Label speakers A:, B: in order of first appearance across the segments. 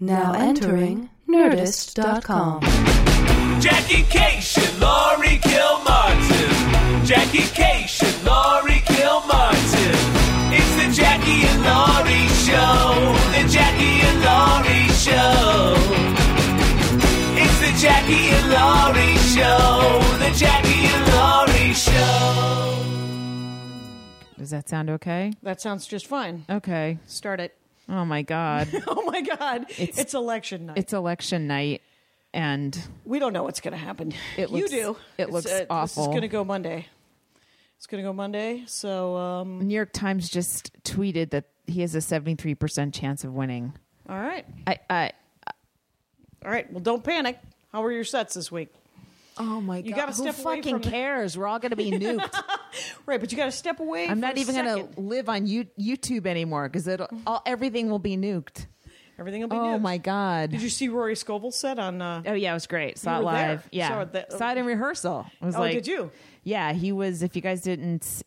A: Now entering Nerdist.com.
B: Jackie Cation, Laurie Kilmartin. Jackie Cation, Laurie Kilmartin. It's the Jackie and Laurie Show. The Jackie and Laurie Show. It's the Jackie and Laurie Show. The Jackie and Laurie Show.
C: Does that sound okay?
D: That sounds just fine.
C: Okay.
D: Start it.
C: Oh my God.
D: Oh my God. It's, election night.
C: it's election night and
D: we don't know what's going to happen.
C: It
D: you
C: looks-
D: do.
C: it
D: It's, uh,
C: looks
D: This is
C: awful.
D: going to go Monday. It's going to go Monday. So, um,
C: New York Times just tweeted that he has a 73% chance of winning.
D: all right.
C: I, I
D: All right. Well, don't panic. How were your sets this week?
C: Oh my
D: You God. gotta Who step away fucking from the-
C: cares? We're all going to be nuked.
D: Right, but you got to step away.
C: I'm not even
D: going to.
C: to live on you, YouTube anymore because
D: Mm-hmm.
C: all everything will be nuked.
D: Everything will be
C: Oh
D: nuked.
C: my God.
D: Did you see Rory Scovel's set on? Uh,
C: Oh yeah, it was great. Saw
D: You
C: it
D: were there.
C: live. Yeah,
D: Saw it that-
C: saw it in rehearsal. It was
D: Oh,
C: like,
D: did you?
C: Yeah, he was. If you guys didn't, s-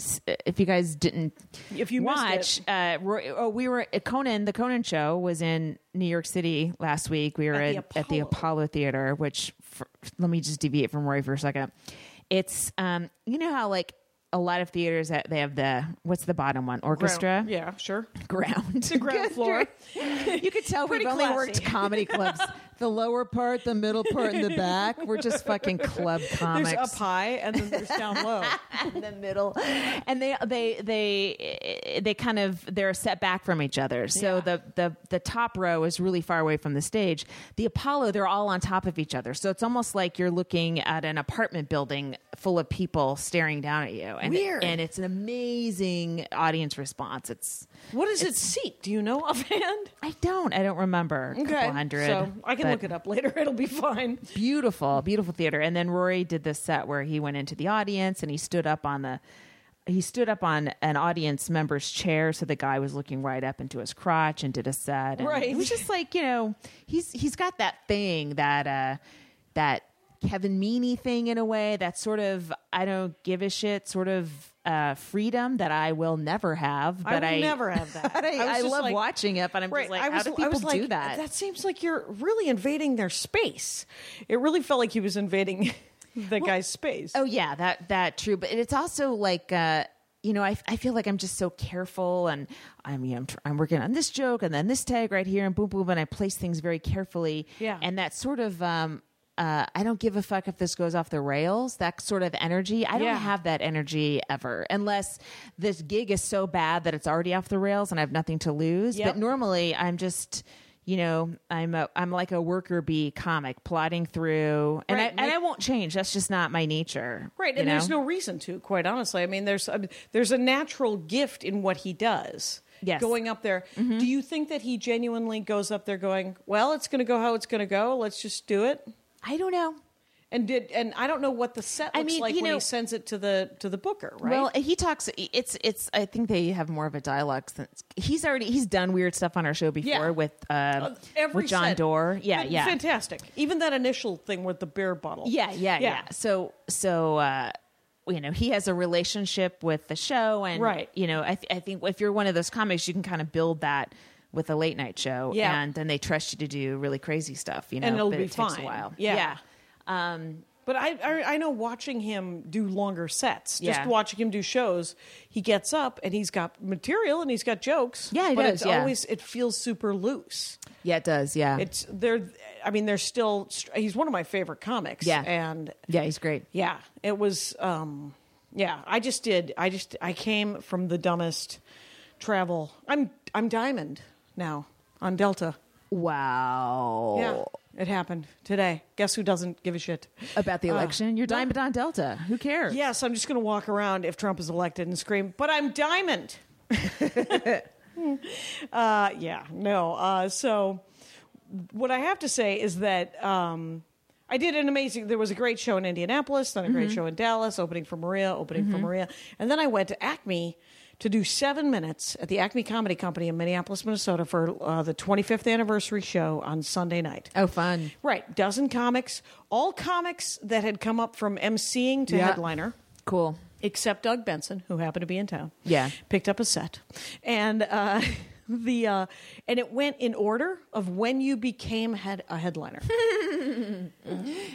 C: s- if you guys didn't,
D: If you missed
C: watch,
D: it.
C: uh, Roy, oh, we were at Conan. The Conan show was in New York City last week. We were
D: At
C: at,
D: the
C: at the
D: Apollo.
C: Apollo Theater. Which for, let me just deviate from Roy for a second. It's um, you know how like a lot of theaters that they have the what's the bottom one orchestra
D: Ground- Yeah, sure.
C: ground. The
D: ground floor.
C: you could tell we've
D: Pretty
C: only
D: classy.
C: worked comedy clubs. The lower part, the middle part, and the back. We're just fucking club comics.
D: There's up high and then there's down low.
C: in the middle, and they they they they kind of they're set back from each other. So the the the top row is really far away from the stage. The Apollo, they're all on top of each other. So it's almost like you're looking at an apartment building full of people staring down at you. And,
D: Weird.
C: And it's an amazing audience response. It's
D: What is its seat? Do you know offhand?
C: I don't. I don't remember. A couple hundred.
D: So I can
C: but
D: look it up later. It'll be fine.
C: Beautiful, beautiful theater. And then Rory did this set where he went into the audience and he stood up on the he stood up on an audience member's chair so the guy was looking right up into his crotch and did a set. And
D: Right.
C: It was just like, you know, he's he's got that thing that uh that Kevin Meaney thing in a way, that sort of I don't give a shit sort of uh freedom that I will never have. But
D: I will never have that.
C: But I,
D: was
C: I
D: just
C: love
D: like-
C: watching it, but I'm just like, how do people
D: I was
C: do
D: like,
C: that?
D: That seems like you're really invading their space. It really felt like he was invading the guy's space.
C: Oh yeah, that that true. But it's also like uh, you know, I, I feel like I'm just so careful, and I mean, I'm tr- I'm working on this joke, and then this tag right here, and boom, boom, and I place things very carefully.
D: Yeah.
C: and that sort of. Um, uh, I don't give a fuck if this goes off the rails. That sort of energy, I don't
D: Yeah.
C: have that energy ever, unless this gig is so bad that it's already off the rails and I have nothing to lose.
D: Yep.
C: But normally, I'm just, you know, I'm a, I'm like a worker bee comic, plodding through, and
D: Right,
C: I and
D: like-
C: I won't change. That's just not my nature.
D: Right,
C: you
D: and there's
C: know?
D: no reason to, quite honestly. I mean, there's I mean, there's a natural gift in what he does.
C: Yes. Mm-hmm.
D: Going up there, do you think that he genuinely goes up there going, "Well, it's going to go how it's going to go. Let's just do it."
C: I don't know.
D: And did and I don't know what the set looks
C: I mean,
D: like
C: you
D: when
C: know-
D: he sends it to the to the booker, right?
C: Well, he talks. It's it's. I think they have more of a dialogue since he's already he's done weird stuff on our show before
D: Yeah.
C: with uh,
D: every
C: with John
D: set.
C: Doerr. Yeah,
D: Fan-
C: yeah,
D: fantastic. Even that initial thing with the beer bottle.
C: yeah, yeah, yeah,
D: Yeah.
C: So so. uh you know he has a relationship with the show and
D: Right.
C: you know I, th- I think if you're one of those comics you can kind of build that with a late night show
D: Yeah.
C: and then they trust you to do really crazy stuff you know
D: And it'll
C: but
D: be
C: it takes
D: fine.
C: a while
D: Yeah.
C: yeah. um
D: But I, I, I know watching him do longer sets, just
C: Yeah.
D: watching him do shows, he gets up and he's got material and he's got jokes.
C: Yeah, he
D: but
C: does,
D: It's
C: yeah.
D: always it feels super loose.
C: yeah it does yeah
D: It's they're, I mean, they're still. str- He's one of my favorite comics.
C: Yeah.
D: and
C: yeah he's great
D: yeah, it was. Um, yeah, I just did. I just I came from the dumbest travel. I'm I'm Diamond now on Delta.
C: wow
D: Yeah, it happened today. Guess who doesn't give a shit?
C: about the
D: Uh,
C: election. You're Diamond on Delta. Who cares?
D: Yes, I'm just going to walk around if Trump is elected and scream, but I'm diamond. uh, yeah, no. Uh, so, what I have to say is that um, I did an amazing. There was a great show in Indianapolis, then a great show in Dallas, opening for Maria, opening for Maria, and then I went to Acme to do seven minutes at the Acme Comedy Company in Minneapolis, Minnesota, for uh, the 25th anniversary show on Sunday night.
C: Oh, fun.
D: Right, dozen comics, all comics that had come up from emceeing to
C: Yeah.
D: headliner,
C: Cool.
D: except Doug Benson, who happened to be in town.
C: Yeah.
D: picked up a set, and uh, the uh, and it went in order of when you became head, a headliner.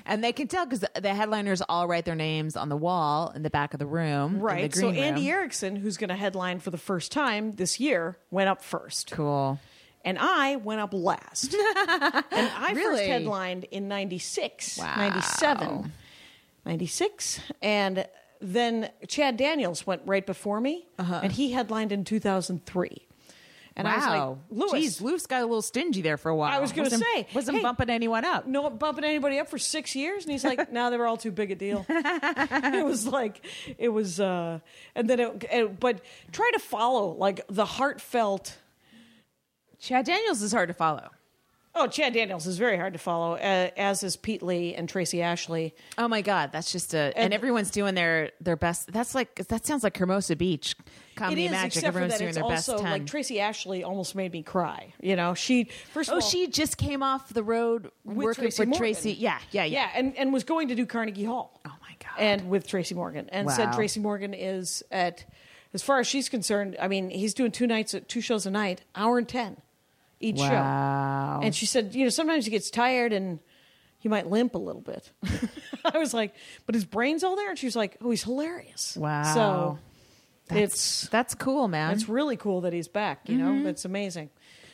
C: And they can tell because the headliners all write their names on the wall in the back of the room. in the
D: right. So
C: green room.
D: Andy Erickson, who's going to headline for the first time this year, went up first.
C: Cool.
D: And I went up last. and I
C: Really?
D: first headlined in 96,
C: Wow.
D: 97, 96. And then Chad Daniels went right before me,
C: Uh-huh.
D: and he headlined in 2003. And
C: wow.
D: I was like, Lewis.
C: Jeez, Lewis got a little stingy there for a while.
D: I was gonna
C: Wasn't-
D: say,
C: wasn't
D: hey-
C: bumping anyone up.
D: no bumping anybody up for six years and he's like no they were all too big a deal it was like it was uh and then it, it- but try to follow like the heartfelt
C: Chad Daniels is hard to follow.
D: oh chad daniels is very hard to follow uh, as is pete lee and tracy ashley
C: Oh my God, that's just a and, everyone's doing their their best. That's like that sounds like Hermosa Beach comedy
D: it is
C: magic.
D: except for
C: Everyone's
D: that
C: doing
D: it's
C: their
D: also
C: best ten.
D: like tracy ashley almost made me cry you know she first of
C: oh,
D: all,
C: she just came off the road working
D: Tracy
C: for
D: Morgan.
C: Tracy. Yeah, yeah, yeah.
D: yeah and, and was going to do carnegie hall
C: Oh my God.
D: and with Tracy Morgan, and said
C: Wow.
D: Tracy Morgan is at, as far as she's concerned, I mean, he's doing two nights, two shows a night, hour and ten each
C: Wow.
D: show. And she said, you know, sometimes he gets tired and he might limp a little bit. I was like, but his brain's all there, and she was like, oh, he's hilarious.
C: Wow.
D: So
C: that's,
D: it's
C: that's cool, man. Mm-hmm.
D: it's really cool that he's back. You know, that's amazing.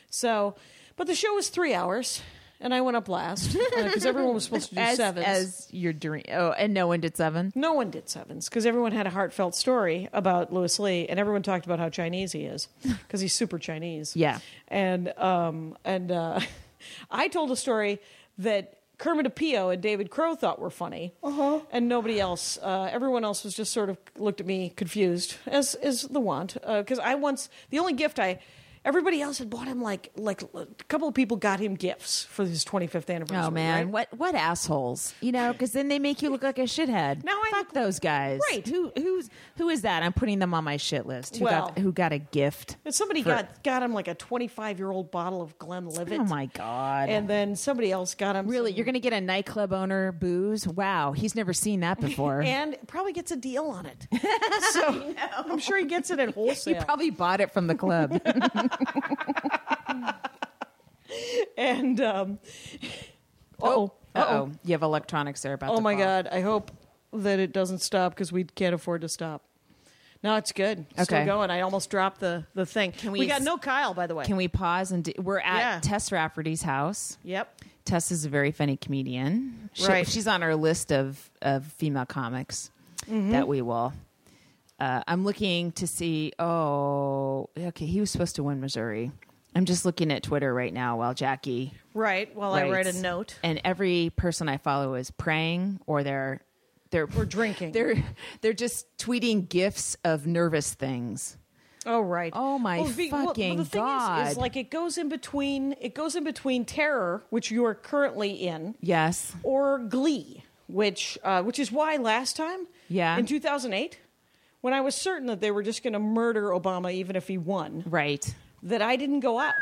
D: So, but the show was three hours. And I went up last because everyone was supposed to do
C: as,
D: sevens.
C: as your dream. Oh, and no one did seven.
D: No one did sevens because everyone had a heartfelt story about Louis Lee, and everyone talked about how Chinese he is because he's super Chinese.
C: Yeah.
D: and um, and uh, I told a story that Kermit Apio and David Crow thought were funny, uh-huh. and nobody else. Uh, everyone else was just sort of looked at me confused, as is the want. Because I once the only gift I. Everybody else had bought him like like a couple of people got him gifts for his 25th anniversary.
C: Oh man,
D: right?
C: what what assholes? You know, because then they make you look like a shithead.
D: Now I
C: fuck
D: look-
C: those guys.
D: Right.
C: Who who's who is that? I'm putting them on my shit list. Who got
D: Well-
C: who got a gift?
D: And somebody
C: for-
D: got got him like a 25 year old bottle of Glenlivet.
C: Oh my god.
D: And then somebody else got him.
C: really,
D: some-
C: you're gonna get a nightclub owner booze? Wow, he's never seen that before.
D: and probably gets a deal on it. So I'm sure he gets it at
C: he
D: wholesale.
C: probably bought it from the club.
D: and um, oh,
C: oh, you have electronics there about.
D: oh
C: to
D: my
C: fall.
D: god! I hope that it doesn't stop because we can't afford to stop. No, it's good. It's
C: Okay.
D: Still going. I almost dropped the the thing. Can
C: we
D: we got
C: s-
D: no Kyle, by the way.
C: Can we pause and do, we're at
D: Yeah.
C: Tess Rafferty's house.
D: Yep.
C: Tess is a very funny comedian. She,
D: Right.
C: She's on our list of, of female comics
D: Mm-hmm.
C: that we will. Uh, I'm looking to see. Oh, okay. He was supposed to win Missouri. I'm just looking at Twitter right now while Jackie.
D: Right. While I write
C: writes.
D: a note.
C: and every person I follow is praying or they're they're
D: Or drinking.
C: They're they're just tweeting gifs of nervous things.
D: Oh right.
C: Oh, my fucking
D: the thing Is,
C: God.
D: is like it goes in between. It goes in between terror, which you are currently in,
C: Yes.
D: or glee, which uh, which is why last time,
C: Yeah.
D: in two thousand eight, when I was certain that they were just going to murder Obama even if he won,
C: Right.
D: that I didn't go out.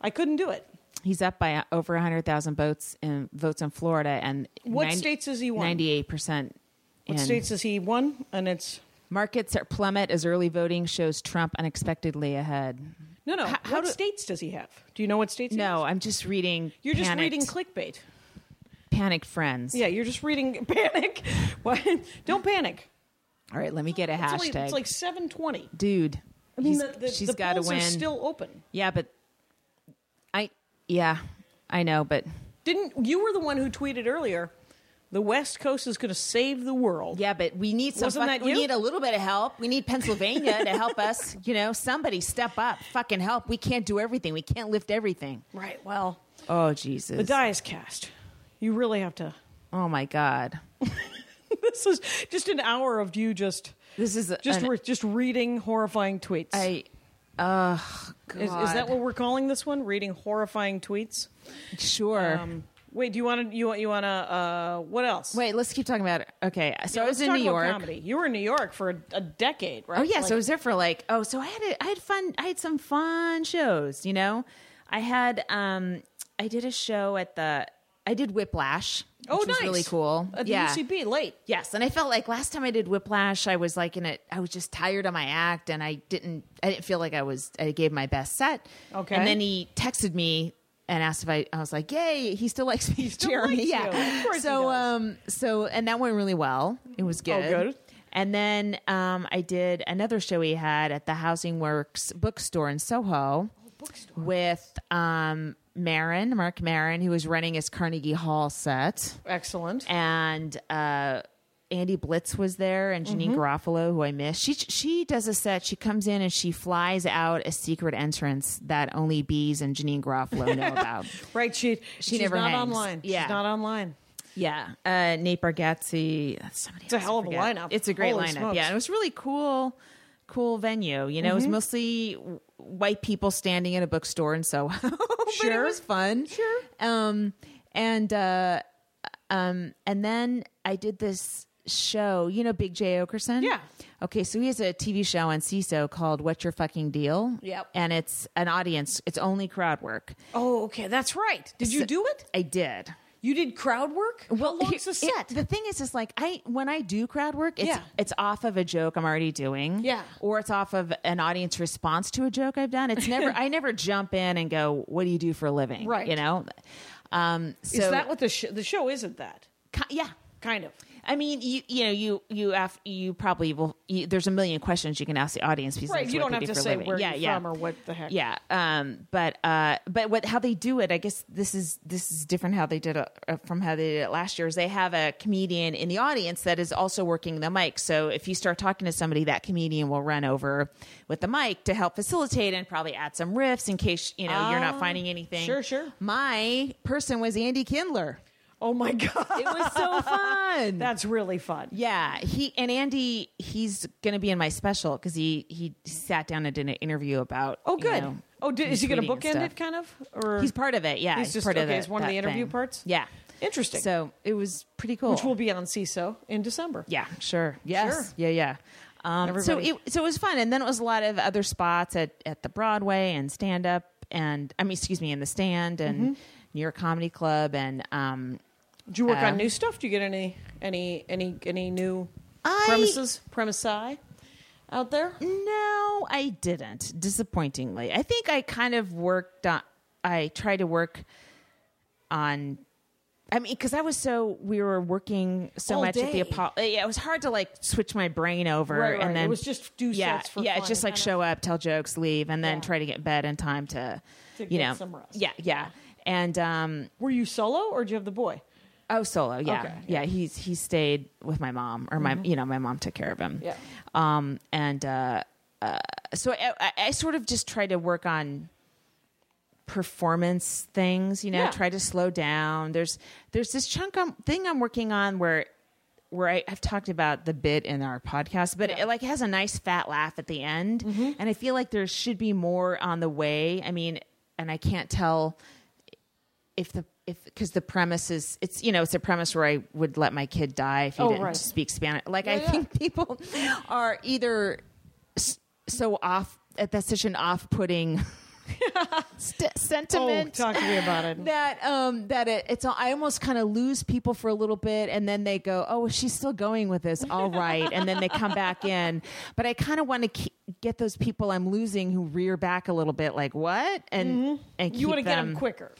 D: I couldn't do it.
C: He's up by over 100,000 votes in votes in Florida and
D: What states has he won?
C: 98%.
D: What
C: in-
D: states has he won? And it's
C: Markets are plummet as early voting shows Trump unexpectedly ahead.
D: no, no.
C: How- how
D: what
C: do-
D: states does he have? Do you know what states? he
C: No,
D: has?
C: I'm just reading.
D: you're just
C: panicked-
D: reading clickbait.
C: panicked friends.
D: Yeah, you're just reading panic. What? Don't panic.
C: All right, let me get a
D: It's, only,
C: hashtag.
D: it's like seven twenty.
C: Dude,
D: I mean,
C: he's-
D: the, the,
C: she's
D: the
C: got to
D: polls are
C: win.
D: still open.
C: Yeah, but I yeah, I know, but
D: Didn't you were the one who tweeted earlier? The West Coast is going to save the world.
C: yeah, but we need some.
D: Wasn't
C: fuck-
D: that
C: we
D: you?
C: need a little bit of help. We need Pennsylvania to help us. You know, somebody step up, fucking help. We can't do everything. We can't lift everything.
D: Right. Well,
C: Oh Jesus!
D: the die is cast. You really have to.
C: oh my God!
D: This is just an hour of you just
C: This is
D: just
C: an,
D: re- just reading horrifying tweets.
C: I. Ugh, God.
D: is, is that what we're calling this one? Reading horrifying tweets.
C: Sure.
D: Um, wait. Do you want to? You want? You want to? Uh, what else?
C: Wait, let's keep talking about it. Okay, so I was
D: Let's
C: in
D: talk
C: New
D: about
C: York.
D: Comedy. You were in New York for a, a decade, right?
C: Oh yeah,
D: Like-
C: so I was there for like oh, so I had a, I had fun. I had some fun shows. You know, I had um I did a show at the I did Whiplash.
D: Oh,
C: which
D: nice.
C: was really cool.
D: At the
C: yeah.
D: UCB, late.
C: Yes, and I felt like last time I did Whiplash, I was like in it. I was just tired of my act, and I didn't. I didn't feel like I was. I gave my best set.
D: Okay.
C: And then he texted me and asked if I. I was like, "Yay!" He still likes me,
D: still
C: Jeremy.
D: likes
C: yeah.
D: you. Of course he
C: so,
D: does. Oh,
C: um, so and that went really well. It was good.
D: good.
C: And then um, I did another show he had at the Housing Works bookstore in
D: Oh,
C: Soho with um, Marin, Mark Marin, who was running his Carnegie Hall set
D: Excellent.
C: and uh, Andy Blitz was there, and Janine Garofalo, who I miss. She she does a set. She comes in and she flies out a secret entrance that only Bees and Janine Garofalo know about.
D: right. She, she's
C: never
D: not
C: hangs.
D: online.
C: Yeah.
D: She's not online.
C: Yeah, uh, Nate Bargatze. Somebody it's
D: a hell of a lineup.
C: It's a great
D: Holy
C: lineup.
D: smokes. Mm-hmm.
C: Yeah, and it was really cool, cool venue. You know, it was mostly w- white people standing in a bookstore in Soho, but
D: Sure.
C: it was fun.
D: Sure.
C: Um, and uh, um, and then I did this show. You know, Big J Okerson.
D: Yeah.
C: Okay, so he has a TV show on CISO called "What's Your Fucking Deal."
D: Yep.
C: And it's an audience. It's only crowd work.
D: Oh, okay. That's right. Did you
C: So-
D: do it?
C: I did.
D: You did crowd work? How long's
C: here-
D: the set?
C: it- the thing is, is like I when I do crowd work, it's
D: Yeah.
C: it's off of a joke I'm already doing,
D: Yeah.
C: or it's off of an audience response to a joke I've done. It's never I never jump in and go, "What do you do for a living?"
D: Right.
C: You know. Um, so
D: Is that what the sh- the show isn't that?
C: ki- yeah.
D: Kind of.
C: I mean, you you know you you af- you probably will. You, there's a million questions you can ask the audience. Because
D: Right.
C: it's
D: You
C: what
D: don't
C: they do
D: have to
C: for a
D: say
C: living.
D: where
C: yeah,
D: you're
C: yeah.
D: from or what the heck.
C: Yeah, um, but uh, but what how they do it, I guess this is this is different how they did it uh, from how they did it last year. Is they have a comedian in the audience that is also working the mic. So if you start talking to somebody, that comedian will run over with the mic to help facilitate and probably add some riffs in case you know you're not finding anything.
D: Oh, sure, sure.
C: My person was Andy Kindler.
D: Oh my
C: It
D: god.
C: was so fun.
D: That's really fun.
C: Yeah, he and Andy, he's going to be in my special because he he sat down and did an interview about.
D: Oh,
C: you
D: good.
C: know,
D: oh, did, is he going to
C: tweeting and
D: bookend
C: stuff.
D: it, kind of? Or
C: He's part of it. Yeah,
D: He's just-
C: part of
D: okay,
C: it,
D: he's one of
C: that
D: the interview
C: thing.
D: parts?
C: Yeah,
D: interesting.
C: So it was pretty cool.
D: which will be on CISO in December.
C: yeah, sure. Yes.
D: Sure.
C: Yeah, yeah. Um, so
D: Everybody-
C: it so it was fun, and then it was a lot of other spots at at the Broadway and stand up, and I mean, excuse me, in the stand and
D: Mm-hmm.
C: New York Comedy Club, and um,
D: Did you work
C: Uh,
D: on new stuff? Do you get any any any any new
C: I-
D: premises premisi out there?
C: No, I didn't. Disappointingly, I think I kind of worked on. I tried to work on. I mean, because I was so we were working so
D: All
C: much at the
D: day.
C: Apollo. Yeah, it was hard to like switch my brain over
D: Right, right. It
C: and then
D: was just do
C: yeah,
D: sets for
C: yeah,
D: fun,
C: just like
D: kind of.
C: show up, tell jokes, leave, and then
D: Yeah.
C: try to get in bed in time to,
D: To
C: you
D: get
C: know,
D: some rest.
C: yeah, yeah, and um,
D: Were you solo or did you have the boy?
C: Oh, solo. Yeah.
D: Okay, Mm-hmm.
C: yeah. He's he stayed with my mom, or my you know my mom took care of him.
D: Yeah.
C: Um. And uh, uh so I, I, I sort of just tried to work on performance things. You know,
D: Yeah.
C: try to slow down. There's there's this chunk i thing I'm working on where where I, I've talked about the bit in our podcast, but it like has a nice fat laugh at the end,
D: Mm-hmm.
C: and I feel like there should be more on the way. I mean, and I can't tell if the if because the premise is it's you know it's a premise where I would let my kid die if he
D: Oh,
C: didn't
D: right.
C: speak Spanish. Like I
D: yeah.
C: think people are either s- so off at that's such an off-putting st-
D: Oh,
C: sentiment
D: talk to me about it.
C: that um that it, it's all, I almost kind of lose people for a little bit and then they go oh she's still going with this all right and then they come back in but I kind of want to ke- get those people I'm losing who rear back a little bit like what and and keep
D: Mm-hmm. You want to get
C: them
D: him quicker,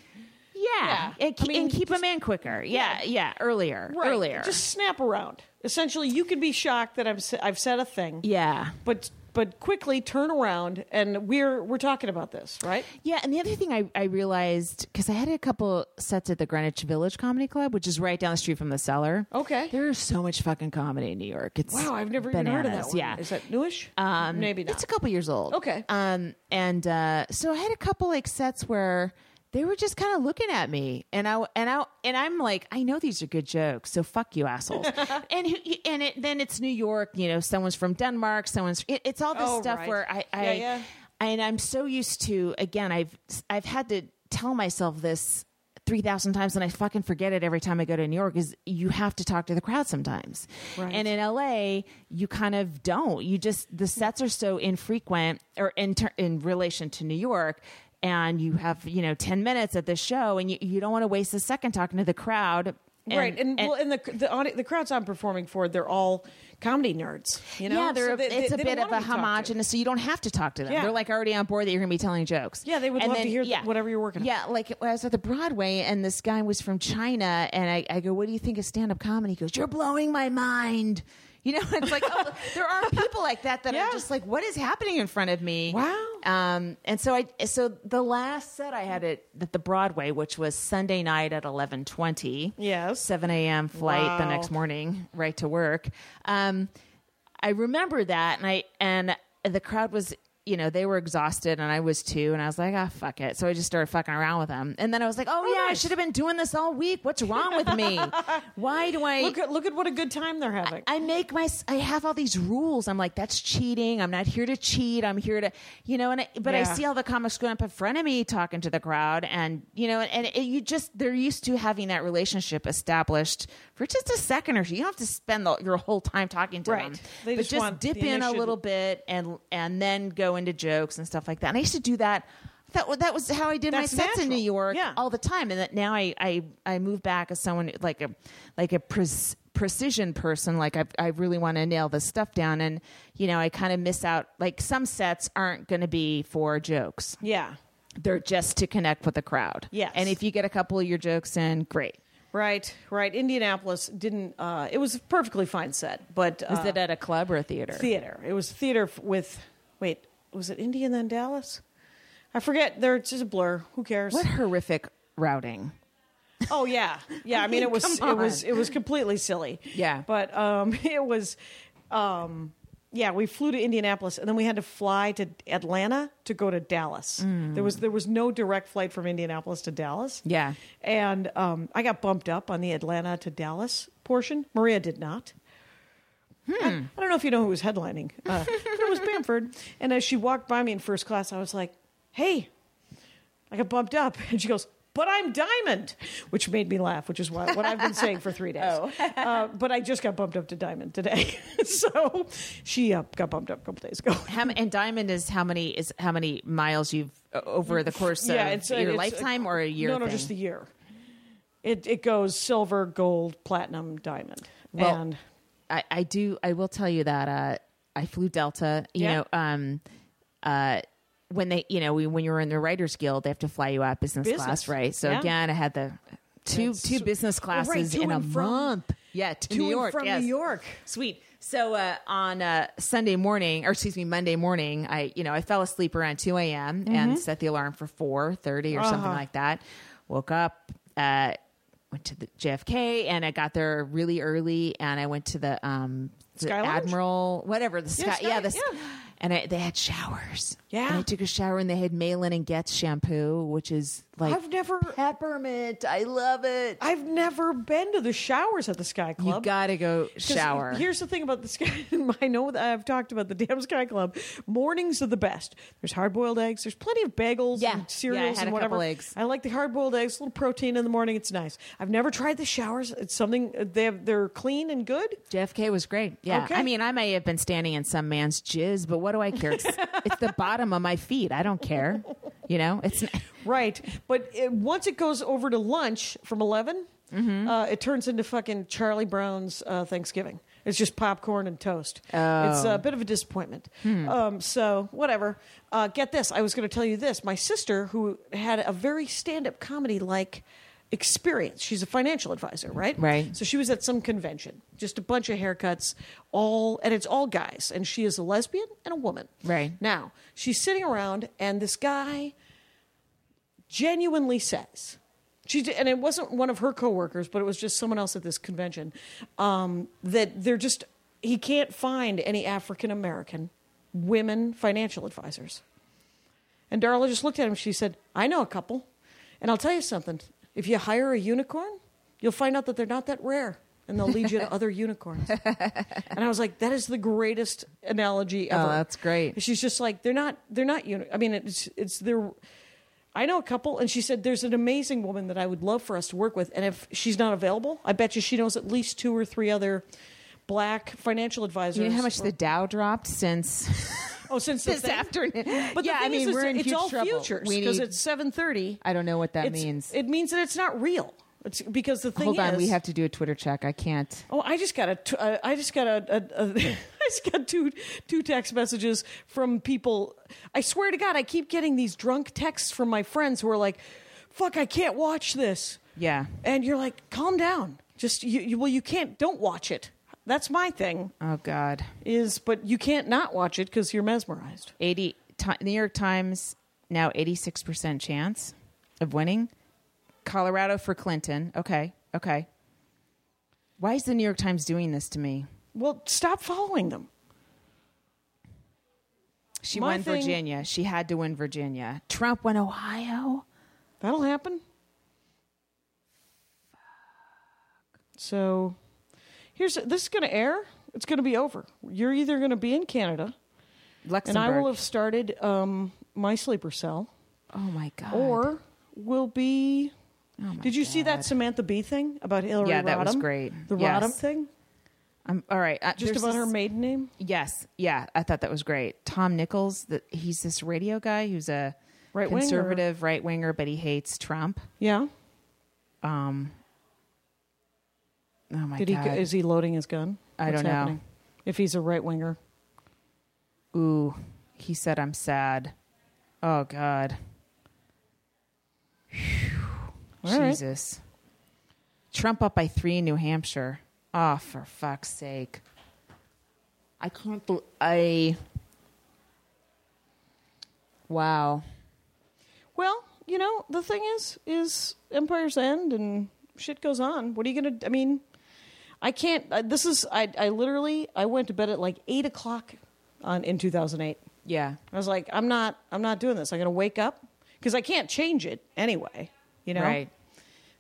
C: yeah,
D: Yeah.
C: And,
D: I
C: ke-
D: mean,
C: and keep them in quicker. Yeah, yeah, earlier, earlier.
D: Just snap around. Essentially, you can be shocked that I've s- I've said a thing,
C: yeah,
D: but but quickly turn around and we're we're talking about this, right?
C: yeah. And the other thing I, I realized because I had a couple sets at the Greenwich Village Comedy Club, which is right down the street from the Cellar.
D: Okay.
C: there is so much fucking comedy in New York. It's
D: Wow, I've never even
C: bananas.
D: heard of that one.
C: Yeah,
D: Is that newish? Um, Maybe not.
C: It's a couple years old.
D: Okay.
C: Um, and uh, so I had a couple like sets where they were just kind of looking at me, and I and I and I'm like, I know these are good jokes, so fuck you assholes. and who, and it, then it's New York, you know, someone's from Denmark, someone's it, it's all this
D: Oh,
C: stuff
D: right.
C: where I, I
D: Yeah, yeah.
C: and I'm so used to again, I've I've had to tell myself this. 3000 times and I fucking forget it every time I go to New York is you have to talk to the crowd sometimes.
D: Right.
C: And in LA, you kind of don't. You just the sets are so infrequent, or in ter- in relation to New York, and you have you know 10 minutes at this show and you, you don't want to waste a second talking to the crowd and-
D: right, and, well, and the the, audi- the crowds I'm performing for, they're all comedy nerds. You know,
C: yeah, they're,
D: So they- they-
C: it's a
D: they don't
C: bit of a
D: want to be talked to.
C: homogenous, so you don't have to talk to them.
D: Yeah.
C: They're like already on board that you're going to be telling jokes.
D: Yeah, they would love to hear th- whatever you're working on.
C: Yeah, like I was at the Broadway, and this guy was from China, and I, I go, "What do you think of stand-up comedy?" He goes, "You're blowing my mind." You know, it's like oh, there are people like that that
D: Yeah.
C: are just like, "What is happening in front of me?"
D: Wow.
C: Um, and so I, so the last set I had at, at the Broadway, which was Sunday night at eleven twenty.
D: Yes.
C: seven a.m. flight the
D: Wow.
C: next morning, right to work. Um, I remember that, and I and the crowd was, you know, they were exhausted, and I was too, and I was like, ah, fuck it. So I just started fucking around with them, and then I was like, oh, yeah, I
D: nice.
C: should have been doing this all week. What's wrong with me? Why do I?
D: Look at look at what a good time they're having.
C: I make my I have all these rules. I'm like that's cheating. I'm not here to cheat. I'm here to you know. And I, but I
D: Yeah.
C: see all the comics going up in front of me talking to the crowd, and you know, and, it, you just they're used to having that relationship established for just a second or two. You don't have to spend the, your whole time talking to
D: Right.
C: them,
D: They
C: but
D: just
C: just,
D: want
C: dip
D: the
C: in a
D: initiative.
C: little bit and and then go into jokes and stuff like that. And I used to do that. That, wa- that was how I did
D: That's
C: my sets in
D: natural.
C: New York
D: Yeah.
C: all the time, and that now I I I move back as someone like a like a pres- precision person. Like I I really want to nail this stuff down, and you know I kind of miss out. Like some sets aren't going to be for jokes;
D: yeah,
C: they're just to connect with the crowd.
D: Yes.
C: and if you get a couple of your jokes in, great.
D: right, right. Indianapolis didn't. Uh, it was a perfectly fine set, but uh,
C: Is it at a club or a theater?
D: theater. It was theater f- with. Wait, was it Indy and then Dallas? I forget. They're it's just a blur. Who cares?
C: what horrific routing!
D: Oh yeah, yeah. I mean, it was
C: come
D: it was
C: on.
D: it was completely silly.
C: Yeah.
D: but um, it was, um, yeah. We flew to Indianapolis, and then we had to fly to Atlanta to go to Dallas. There was there was no direct flight from Indianapolis to Dallas.
C: Mm. Yeah.
D: and um, I got bumped up on the Atlanta to Dallas portion. Maria did not.
C: Hmm.
D: I, I don't know if you know who was headlining, uh, but it was Bamford. And as she walked by me in first class, I was like, "Hey, I got bumped up. And she goes, but I'm diamond, which made me laugh, which is what, what I've been saying for three days.
C: Oh.
D: Uh, but I just got bumped up to diamond today. so she uh, got bumped up a couple days ago.
C: How, m- and diamond is how many is how many miles you've uh, over the course of
D: uh,
C: your
D: uh,
C: lifetime or a year?
D: No, no,
C: thing?
D: just the year. It, it goes silver, gold, platinum, diamond.
C: Well,
D: and
C: I, I do. I will tell you that uh, I flew Delta. You
D: Yeah.
C: know, um, uh, when they, you know, we, when you're in the Writers Guild, they have to fly you out business,
D: Business.
C: class, right? So
D: Yeah.
C: again, I had the two
D: That's
C: two
D: so-
C: business
D: Oh, right,
C: classes
D: to
C: in a
D: and from-
C: month. Yeah, to,
D: to
C: New
D: and
C: York.
D: from New
C: yes.
D: York.
C: Sweet. So uh, on uh, Sunday morning, or excuse me, Monday morning, I you know I fell asleep around two a.m.
D: Mm-hmm.
C: and set the alarm for four thirty or
D: Uh-huh.
C: something like that. Woke up, uh, went to the JFK, and I got there really early. And I went to the, um, the
D: Sky Lounge?
C: Admiral, whatever the sky,
D: Sky-
C: yeah, the, s-
D: yeah.
C: and I, they had showers.
D: Yeah.
C: and I took a shower, and they had Malin and Getz shampoo, which is like
D: I've never-
C: peppermint. I love it.
D: I've never been to the showers at the Sky Club.
C: you gotta go
D: 'Cause
C: shower.
D: Here's the thing about the Sky. I know that I've talked about the damn Sky Club. Mornings are the best. There's hard boiled eggs. There's plenty of bagels
C: Yeah. Yeah, I
D: and cereals
C: had
D: and
C: a
D: whatever.
C: couple eggs.
D: I like the hard boiled eggs. A little protein in the morning. It's nice. I've never tried the showers. It's something they have, they're clean and good.
C: JFK was great. Yeah.
D: Okay.
C: I mean, I may have been standing in some man's jizz, but what do I care? It's, it's the bottom of my feet. I don't care. You know, it's n-
D: Right. But it, once it goes over to lunch from 11, uh, it turns into fucking Charlie Brown's uh, Thanksgiving. It's just popcorn and toast. It's a bit of a disappointment. Um, so, whatever. Uh, get this. I was going to tell you this. My sister, who had a very stand up comedy like experience, she's a financial advisor, right?
C: Right.
D: So, she was at some convention, just a bunch of haircuts, all, and it's all guys. And she is a lesbian and a woman.
C: Right.
D: Now, she's sitting around, and this guy genuinely says she did, and it wasn't one of her coworkers but it was just someone else at this convention um, that they're just he can't find any african american women financial advisors and darla just looked at him she said i know a couple and i'll tell you something if you hire a unicorn you'll find out that they're not that rare and they'll lead you to other unicorns and i was like that is the greatest analogy ever
C: Oh, that's great.
D: she's just like they're not they're not uni- i mean it's it's they're i know a couple and she said there's an amazing woman that i would love for us to work with and if she's not available i bet you she knows at least two or three other black financial advisors
C: you know how much the Dow dropped since
D: Oh, since the
C: this
D: thing?
C: afternoon.
D: But
C: yeah,
D: the thing
C: I mean,
D: is, is
C: we're in
D: it's
C: huge
D: all
C: trouble.
D: futures
C: We
D: because
C: need-
D: it's seven thirty.
C: I don't know what that means.
D: It means that it's not real. It's because the thing
C: Hold on,
D: is,
C: we have to do a Twitter check. I can't.
D: Oh, I just got a. T- uh, I just got a. a, a I just got two two text messages from people. I swear to God, I keep getting these drunk texts from my friends who are like, "Fuck, I can't watch this."
C: Yeah.
D: And you're like, "Calm down. Just you. you well, you can't. Don't watch it. That's my thing.
C: Oh God.
D: Is but you can't not watch it because you're mesmerized.
C: 80 ti New York Times now 86% chance of winning. Colorado for Clinton. Okay. Okay. Why is the New York Times doing this to me?
D: Well, stop following them.
C: She
D: My
C: won
D: thing-
C: Virginia. She had to win Virginia. Trump won Ohio.
D: That'll happen. So, here's this is going to air. It's going to be over. You're either going to be in Canada, and
C: Luxembourg.
D: I will have started um, my sleeper cell,
C: oh my God.
D: or we'll be.
C: Oh, my
D: Did you see that
C: God.
D: Samantha Bee thing about Hillary?
C: Yeah, that was
D: Rodham?
C: great.
D: The
C: Yes.
D: Rodham thing,
C: I'm, all right. uh,
D: just
C: there's
D: about
C: this-
D: her maiden name.
C: Yes, yeah, I thought that was great. Tom Nichols, that he's this radio guy who's a
D: Right winger.
C: conservative Oh right winger, but he hates Trump.
D: Yeah.
C: Um, oh my
D: Did he?
C: god!
D: Is he loading his gun?
C: I
D: What's
C: don't know.
D: happening? If he's a right winger,
C: Ooh, he said I'm sad. Oh god,
D: All right.
C: Jesus! Trump up by three in New Hampshire. Oh, for fuck's sake! I can't. Bel I. Wow.
D: Well, you know, the thing is, is empires end and shit goes on. What are you gonna? I mean, I can't. I, this is. I. I literally. I went to bed at like eight o'clock on in two thousand eight.
C: Yeah.
D: I was like, I'm not. I'm not doing this. I'm gonna wake up because I can't change it anyway. You know.
C: Right.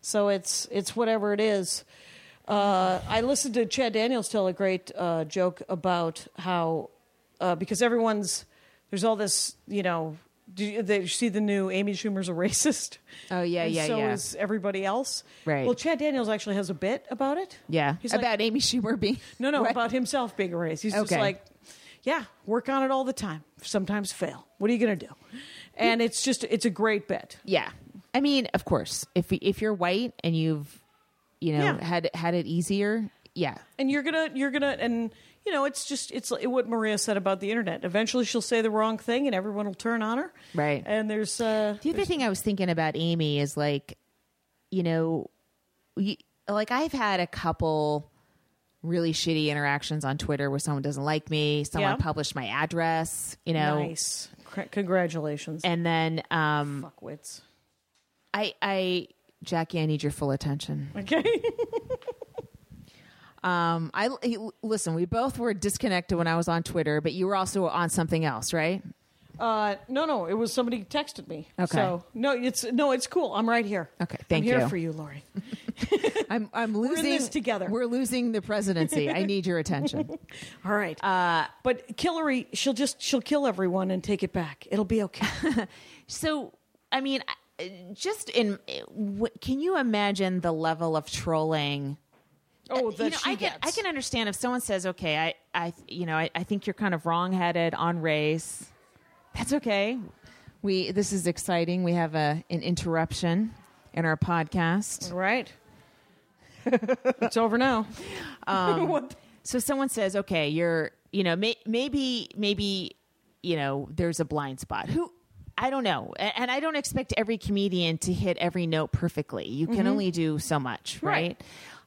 D: So it's it's whatever it is. Uh, I listened to Chad Daniels tell a great uh, joke about how uh, because everyone's there's all this you know. Do you, they, you see the new Amy Schumer's a racist?
C: Oh, yeah,
D: And
C: yeah,
D: So
C: yeah.
D: is everybody else?
C: Right.
D: Well, Chad Daniels actually has a bit about it.
C: Yeah.
D: He's
C: about
D: like,
C: Amy Schumer being
D: no, no,
C: What?
D: about himself being a racist. He's just
C: Okay.
D: like, yeah, work on it all the time. Sometimes fail. What are you gonna do? And it's just it's a great bit.
C: Yeah. I mean, of course, if if you're white and you've you know
D: Yeah.
C: had had it easier, yeah.
D: and you're gonna you're gonna and you know it's just it's like what maria said about the internet eventually she'll say the wrong thing and everyone will turn on her
C: Right.
D: and there's uh
C: The other thing I was thinking about Amy is like, you know, you, like I've had a couple really shitty interactions on Twitter where someone doesn't like me, someone
D: Yeah.
C: published my address, you know,
D: nice C- congratulations
C: and then um,
D: fuckwits
C: I I Jackie, I need your full attention.
D: okay
C: Um, I l- listen. We both were disconnected when I was on Twitter, but you were also on something else, right?
D: uh no no it was somebody texted me
C: Okay.
D: so no it's no it's cool i'm right here
C: Okay, thank
D: I'm here
C: you.
D: for you lori
C: I'm I'm losing
D: this together.
C: We're losing the presidency. I need your attention.
D: all right uh but hillary she'll just she'll kill everyone and take it back it'll be okay
C: So, I mean, I- just in w- can you imagine the level of trolling?
D: oh
C: you know, I can I can understand if someone says, "Okay, I I you know I, I think you're kind of wrongheaded on race." That's okay. We this is exciting. We have a an interruption in our podcast.
D: right it's over now
C: so someone says okay you're you know may, maybe maybe you know there's a blind spot who i don't know A- and, i don't expect every comedian to hit every note perfectly you
D: Mm-hmm.
C: can only do so much right,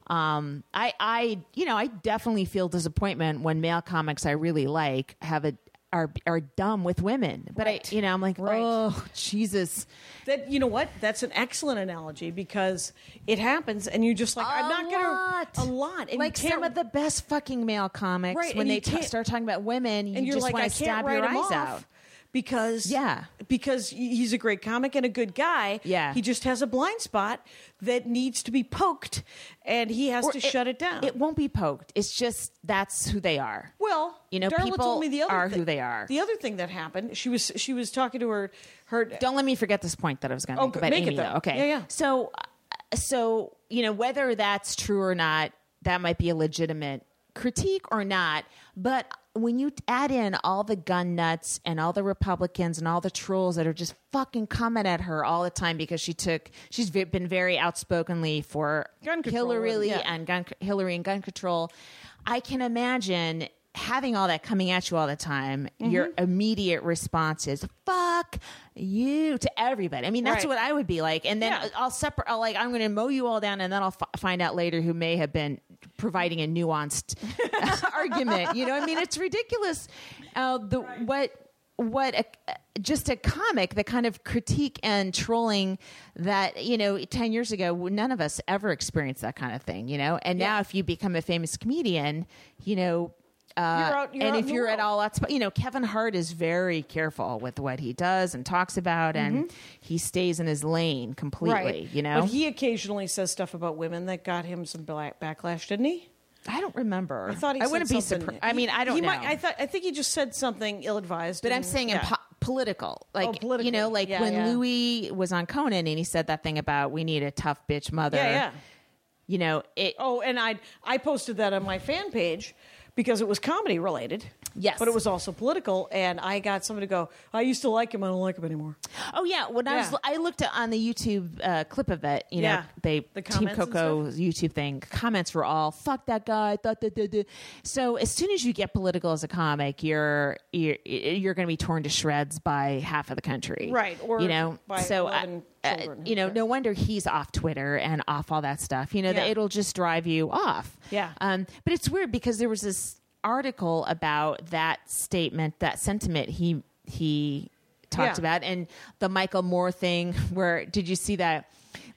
C: Um, I, I, you know, I definitely feel disappointment when male comics I really like have a are are dumb with women. But I, you know, I'm like,
D: Right.
C: oh Jesus,
D: That you know what? That's an excellent analogy because it happens, and you're just like, i I'm not gonna a lot, and
C: like
D: you can't,
C: some of the best fucking male comics
D: Right,
C: when
D: and
C: they
D: you
C: ta-
D: can't-
C: start talking about women, you
D: and you're
C: just
D: like,
C: want
D: I
C: to stab
D: can't write
C: your
D: him
C: eyes
D: off
C: out.
D: because
C: Yeah.
D: because he- he's a great comic and a good guy.
C: Yeah.
D: he just has a blind spot that needs to be poked, and he has
C: Or
D: to shut it down.
C: It won't be poked. It's just that's who they are.
D: well,
C: You know,
D: Darla
C: people
D: told me the other
C: are
D: thi-
C: who they are.
D: The other thing that happened, she was she was talking to her her
C: Don't let me forget this point that I was going to
D: Oh,
C: make
D: good.
C: about
D: Make it,
C: Amy.
D: though.
C: Okay.
D: Yeah, yeah.
C: So, uh, so you know whether that's true or not, that might be a legitimate critique or not. But when you add in all the gun nuts and all the Republicans and all the trolls that are just fucking coming at her all the time because she took she's ve- been very outspokenly for
D: Gun control,
C: Hillary
D: yeah.
C: and gun Hillary and gun control. I can imagine having all that coming at you all the time. Your
D: Mm-hmm.
C: immediate response is "fuck you" to everybody. I mean, that's
D: Right.
C: what I would be like. And then
D: Yeah.
C: I'll separate. I'll like I'm going to mow you all down, and then I'll f- find out later who may have been providing a nuanced argument. You know, I mean, it's ridiculous. Uh, the what what a, just a comic the kind of critique and trolling that you know 10 years ago none of us ever experienced that kind of thing you know and now if you become a famous comedian you know uh,
D: You're out- you're
C: and
D: out
C: if
D: in the
C: you're at
D: world.
C: all outs- you know kevin hart is very careful with what he does and talks about and he stays in his lane completely you know
D: Mm-hmm. But he occasionally says stuff about women that got him some black backlash, didn't he?
C: i don't remember i
D: thought he
C: i
D: said
C: wouldn't be
D: something-
C: surprised i mean i don't
D: he
C: know
D: Might, I thought I think he just said something ill-advised.
C: But I'm
D: and-
C: saying in
D: yeah.
C: po- political, like you know,
D: politically.
C: like
D: Yeah,
C: when
D: yeah.
C: Louis was on Conan and he said that thing about we need a tough bitch mother.
D: Yeah, yeah.
C: You know, it
D: Oh, and I I posted that on my fan page because it was comedy related.
C: Yes.
D: but it was also political, and I got somebody to go. I used to like him. I don't like him anymore.
C: Oh yeah, when I was
D: Yeah.
C: I looked at, on the YouTube uh, clip of it, you know,
D: Yeah.
C: they
D: The
C: Team
D: comments and
C: Coco YouTube thing. Comments were all "fuck that guy." Da, da, da, da. So as soon as you get political as a comic, you're you're, you're going to be torn to shreds by half of the country,
D: Right, or
C: you know,
D: by
C: so I-
D: 11
C: uh,
D: children.
C: you know, no wonder he's off Twitter and off all that stuff. You know, that
D: Yeah.
C: it'll just drive you off.
D: Yeah.
C: Um, but it's weird because there was this article about that statement, that sentiment he he talked
D: Yeah.
C: about that and the Michael Moore thing where did you see that?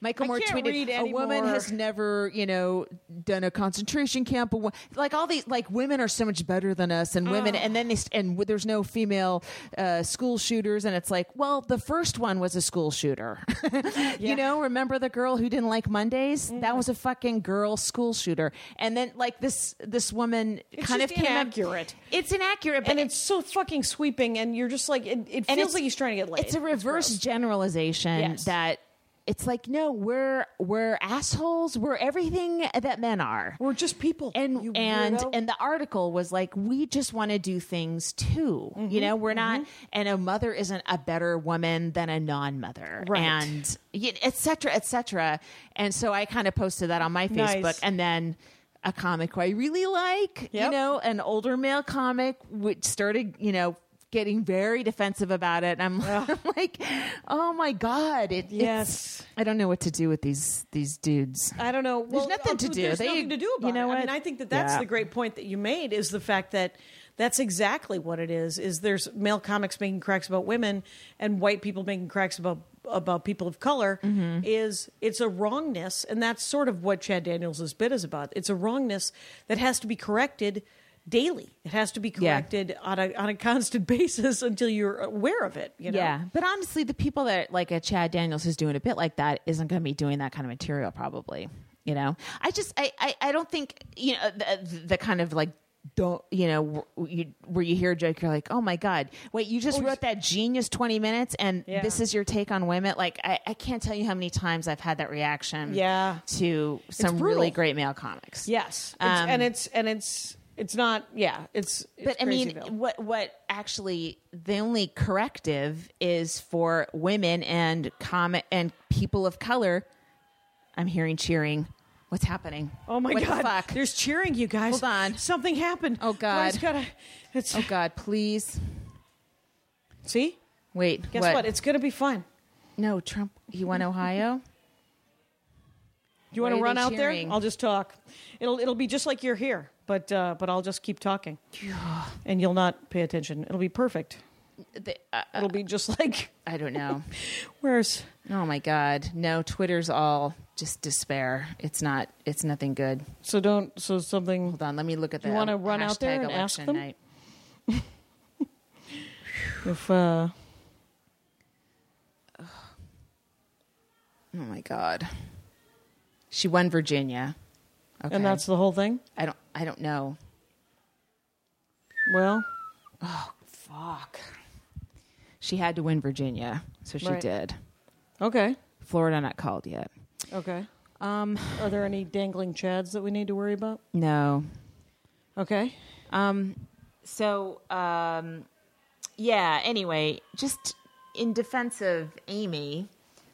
C: Michael
D: I
C: Moore
D: can't
C: tweeted
D: read
C: a
D: anymore."
C: woman has never, you know, done a concentration camp a wo- like all these like women are so much better than us and
D: Oh.
C: women and then they st- and w- there's no female uh, school shooters and it's like, well, the first one was a school shooter. You know, remember the girl who didn't like Mondays? That
D: Mm.
C: was a fucking girl school shooter. And then like this this woman kind of
D: just
C: came up-
D: inaccurate.
C: It's inaccurate, but
D: And it's so fucking sweeping, and you're just like it, it
C: and
D: feels
C: it's-
D: like he's trying to get laid.
C: It's a reverse
D: gross.
C: generalization
D: Yes.
C: that it's like no, we're we're assholes. We're everything that men are.
D: We're just people,
C: and
D: you
C: and
D: weirdo.
C: and the article was like we just want to do things too. you know, we're not
D: Mm-hmm.
C: and a mother isn't a better woman than a non-mother
D: Right.
C: and y- et cetera, et cetera. And so I kind of posted that on my Facebook
D: Nice.
C: and then a comic who I really like, you
D: Yep.
C: know, an older male comic, which started, you know, getting very defensive about it. And I'm, I'm like, oh my god, it, it's-
D: Yes.
C: I don't know what to do with these these dudes.
D: I don't know. Well,
C: nothing to
D: uh,
C: do.
D: There's
C: They-
D: nothing to do about
C: you know
D: it.
C: what?
D: I mean, I think that that's
C: Yeah.
D: the great point that you made is the fact that that's exactly what it is. Is there's male comics making cracks about women and white people making cracks about about people of color
C: Mm-hmm.
D: is it's a wrongness and that's sort of what Chad Daniels' bit is about. It's a wrongness that has to be corrected daily. It has to be corrected on a on a constant basis until you're aware of it, you know.
C: Yeah, but honestly, the people that like a Chad Daniels who's doing a bit like that isn't going to be doing that kind of material probably. You know, I just I I, I don't think you know the, the kind of like don't you know where you, where you hear a joke you're like oh my god wait you just wrote that genius 20 minutes and
D: Oh, Yeah.
C: this is your take on women like I, I can't tell you how many times i've had that reaction
D: Yeah.
C: to some
D: brutal.
C: really great male comics
D: Yes. It's,
C: Um,
D: and it's and it's it's not yeah, it's, it's
C: but I mean,
D: Crazyville.
C: what what actually the only corrective is for women and com and people of color. I'm hearing cheering. What's happening?
D: Oh my
C: What the
D: god!
C: fuck?
D: There's cheering, you guys.
C: Hold on.
D: something happened.
C: Oh, God.
D: I just gotta. It's,
C: oh God! Please
D: See,
C: wait.
D: guess what? It's gonna be fun.
C: no Trump. You want Ohio?
D: Do you want
C: Why
D: to
C: are
D: run
C: they
D: out
C: cheering?
D: there? I'll just talk. It'll it'll be just like you're here, but uh, but I'll just keep talking, and you'll not pay attention. It'll be perfect.
C: The- uh,
D: It'll be just like
C: I don't know.
D: where's
C: oh my God! No, Twitter's all just despair. It's not. It's nothing good.
D: so don't so something.
C: Hold on. Let me look at that.
D: You wanna run out there and ask them?
C: Night.
D: If uh,
C: Oh my God. She won Virginia. Okay.
D: and that's the whole thing.
C: I don't. I don't know.
D: Well,
C: Fuck. She had to win Virginia, so she
D: Right.
C: did.
D: okay,
C: Florida not called yet.
D: okay.
C: Um,
D: Are there any dangling chads that we need to worry about?
C: no.
D: Okay,
C: Um, so um, yeah. Anyway, just in defense of Amy,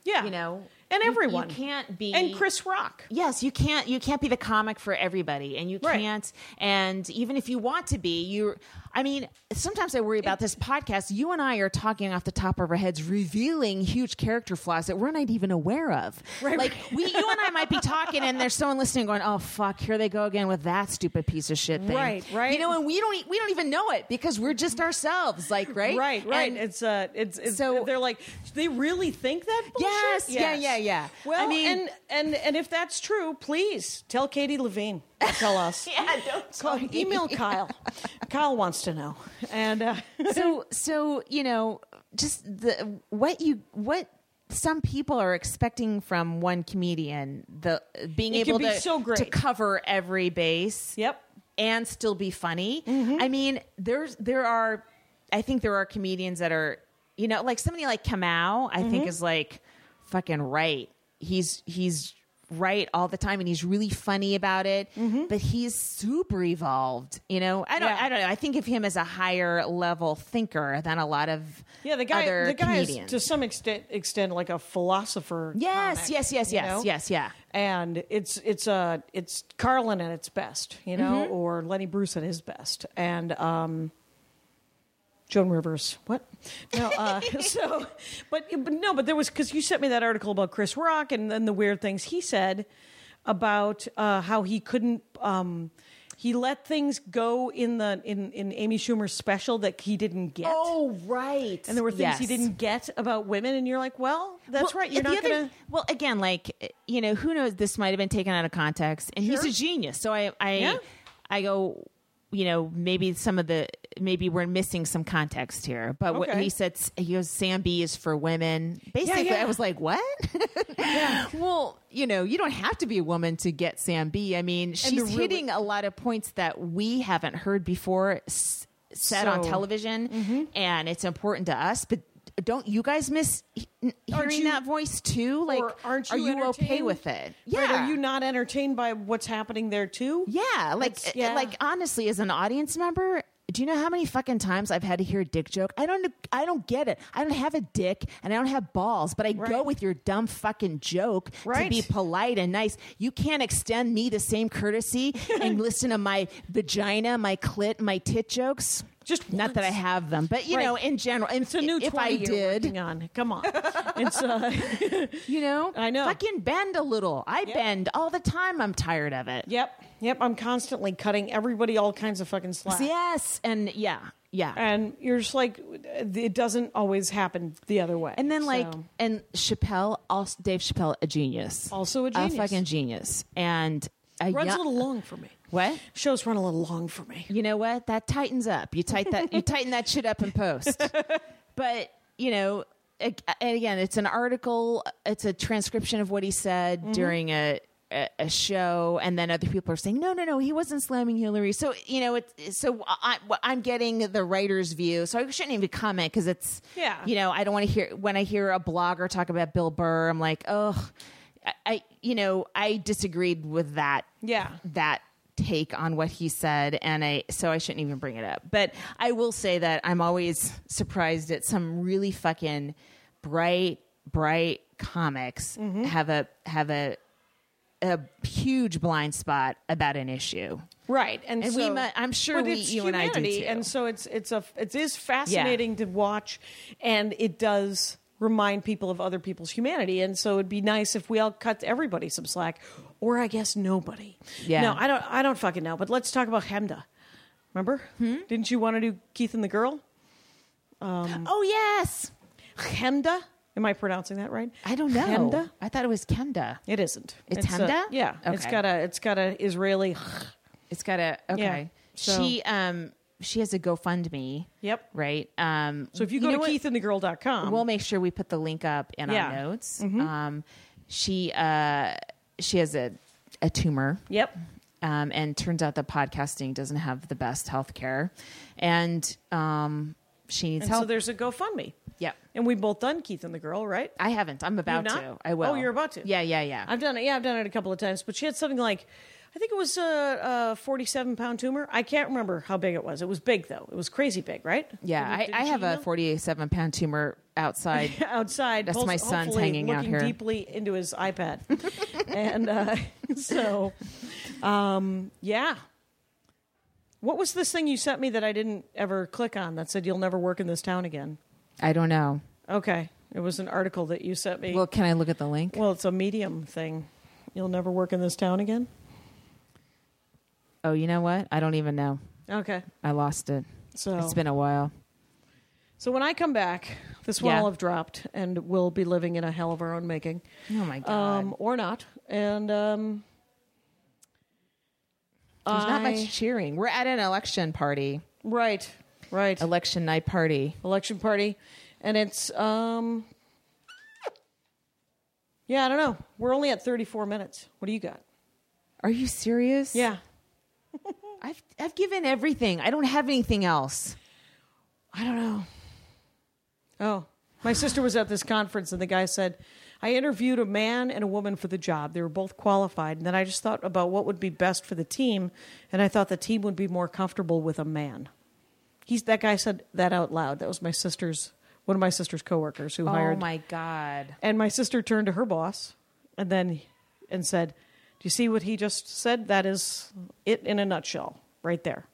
D: Yeah.
C: you know,
D: And
C: you-
D: everyone.
C: you, can't be
D: and Chris Rock.
C: Yes, you can't. You can't be the comic for everybody, and you
D: Right.
C: can't. And even if you want to be, you. I mean, sometimes I worry about this podcast. You and I are talking off the top of our heads, revealing huge character flaws that we're not even aware of.
D: Right,
C: like we, you and I might be talking, and there's someone listening going, "Oh fuck, here they go again with that stupid piece of shit thing."
D: Right, right.
C: You know, and we don't. e- We don't even know it because we're just ourselves. Like, right,
D: Right, right.
C: And-
D: it's uh, it's, it's
C: so-
D: they're like, they really think that bullshit.
C: Yes, yeah, yeah, yeah.
D: Well,
C: I mean-
D: and and and if that's true, please tell Katie Levine. Don't Tell us.
C: yeah, don't tell
D: Call,
C: me.
D: email Kyle. Kyle wants to know. And uh,
C: so so you know just the what you what some people are expecting from one comedian the being
D: It can
C: able
D: be
C: to
D: so great.
C: to cover every base
D: yep.
C: and still be funny
D: Mm-hmm.
C: i mean there's there are i think there are comedians that are you know like somebody like kamau i
D: Mm-hmm.
C: think is like fucking right he's he's right all the time and he's really funny about it but he's super evolved you know i don't
D: Mm-hmm. Yeah.
C: i don't know i think of him as a higher level thinker than a lot of
D: Yeah, the guy
C: other
D: the guy is
C: comedians.
D: to some extent extent like a philosopher.
C: yes
D: comic,
C: yes yes
D: you
C: yes
D: know?
C: yes yeah
D: and it's it's uh it's Carlin at its best, you know,
C: Mm-hmm.
D: or Lenny Bruce at his best, and um, Joan Rivers. What? No, uh, so, but but no, but there was because you sent me that article about Chris Rock and then the weird things he said about uh, how he couldn't. Um, he let things go in the in, in Amy Schumer's special that he didn't get.
C: Oh, right
D: and there were things he didn't get about women, and you're like, well, that's
C: Well,
D: right. You're
C: the
D: not
C: other-
D: gonna.
C: Well, again, like you know, who knows? This might have been taken out of context, and he's
D: Sure.
C: a genius. So I, I,
D: Yeah.
C: I go, you know, maybe some of the maybe we're missing some context here. But what
D: Okay.
C: he said, he goes, "Sam B is for women." Basically,
D: yeah.
C: I was like, "What?" Well, you know, you don't have to be a woman to get Sam B. I mean, she's
D: really-
C: hitting a lot of points that we haven't heard before. s- Set on
D: So-
C: television,
D: Mm-hmm.
C: and it's important to us. But don't you guys miss he-
D: Aren't
C: hearing
D: you-
C: that voice too? Like,
D: or aren't
C: are
D: you
C: you okay
D: entertained?
C: with it? Yeah.
D: Right, are you not entertained by what's happening there too?
C: yeah. Like, eh,
D: That's- yeah.
C: like honestly, as an audience member, do you know how many fucking times I've had to hear a dick joke? I don't. I don't get it. I don't have a dick and I don't have balls, but I go
D: Right.
C: with your dumb fucking joke to
D: Right.
C: be polite and nice. You can't extend me the same courtesy and listen to my vagina, my clit, my tit jokes.
D: Just
C: not that I
D: once.
C: have them, but you
D: Right.
C: know, in general, and
D: It's a new
C: if
D: 20
C: I
D: you're
C: did,
D: working on. Come on. It's uh
C: You know?
D: I know.
C: Fucking bend a little. I
D: Yep.
C: bend all the time. I'm tired of it.
D: Yep. Yep, I'm constantly cutting everybody all kinds of fucking slack.
C: Yes. And yeah. Yeah.
D: And you're just like it doesn't always happen the other way.
C: and then like
D: So,
C: and Chappelle also Dave Chappelle a genius.
D: Also a
C: A
D: genius.
C: fucking genius. And a
D: runs
C: yo-
D: a little long for me.
C: What?
D: Shows run a little long for me.
C: You know what? That tightens up. You tighten that you tighten that shit up in post. But, you know, ag- and again, it's an article, it's a transcription of what he said during a a a show and then other people are saying no no no he wasn't slamming hillary so you know it's so I, i'm getting the writer's view so i shouldn't even comment because it's
D: Yeah.
C: you know i don't want to hear when i hear a blogger talk about bill burr i'm like oh I, I you know i disagreed with that
D: Yeah.
C: that take on what he said and I so I shouldn't even bring it up. But I will say that I'm always surprised at some really fucking bright bright comics
D: Mm-hmm.
C: have a have a a huge blind spot about an issue.
D: Right, and,
C: And we
D: so,
C: mu- I'm sure
D: but
C: we-
D: it's
C: you and I do
D: humanity,
C: too.
D: And so it's it's a it is fascinating to watch, and it does remind people of other people's humanity. And so it'd be nice if we all cut everybody some slack, or I guess nobody.
C: Yeah.
D: No, I don't. I don't fucking know. But let's talk about Hemda. Remember?
C: Hmm?
D: Didn't you want to do Keith and the Girl? Mm.
C: Oh yes.
D: Hemda. Am I pronouncing that right?
C: I don't know.
D: Hemda.
C: I thought it was Kenda.
D: It isn't.
C: It's
D: a-
C: Hemda?
D: yeah. It's
C: Okay.
D: got a. It's got a Israeli.
C: It's got a okay.
D: so-
C: She um she has a GoFundMe.
D: Yep.
C: Right. Um
D: So if you go
C: know what?
D: to keithandthegirl.com,
C: we'll make sure we put the link up in our
D: Yeah. Mm-hmm.
C: notes. Um, she uh, she has a a tumor.
D: Yep.
C: Um, and turns out that podcasting doesn't have the best health care, and um, she needs
D: And
C: help.
D: so there's a GoFundMe.
C: Yep.
D: And we've both done Keith and the Girl, right?
C: I haven't. I'm about
D: not?
C: to. I will.
D: Oh, you're about to.
C: Yeah, yeah, yeah.
D: I've done it. Yeah, I've done it a couple of times. But she had something like, I think it was a, a 47 pound tumor. I can't remember how big it was. It was big though. It was crazy big, right?
C: Yeah, I,
D: Didn't
C: I
D: she
C: have a
D: email?
C: 47 pound tumor outside.
D: outside.
C: That's
D: hopes-
C: my son's
D: hopefully
C: hanging out
D: looking
C: here.
D: deeply into his iPad, and uh, so, um, yeah. What was this thing you sent me that I didn't ever click on that said you'll never work in this town again?
C: I don't know.
D: Okay, it was an article that you sent me.
C: Well, can I look at the link?
D: well, it's a medium thing. You'll never work in this town again.
C: Oh, you know what? I don't even know.
D: Okay,
C: I lost it.
D: so
C: It's been a while.
D: so when I come back, this one
C: Yeah.
D: will have dropped, and we'll be living in a hell of our own making.
C: Oh my god.
D: um, or not. And um,
C: There's not
D: I-
C: much cheering. We're at an election party,
D: right, right,
C: election night party.
D: election party, and it's um, yeah, I don't know. We're only at thirty-four minutes. What do you got?
C: Are you serious?
D: Yeah,
C: I've I've given everything. I don't have anything else.
D: I don't know. Oh, my sister was at this conference, and the guy said. I interviewed a man and a woman for the job. They were both qualified. And then I just thought about what would be best for the team. And I thought the team would be more comfortable with a man. He's that guy said that out loud. That was my sister's one of my sister's coworkers who
C: Oh
D: hired.
C: my god.
D: and my sister turned to her boss, and then and said, "Do you see what he just said? That is it in a nutshell, right there."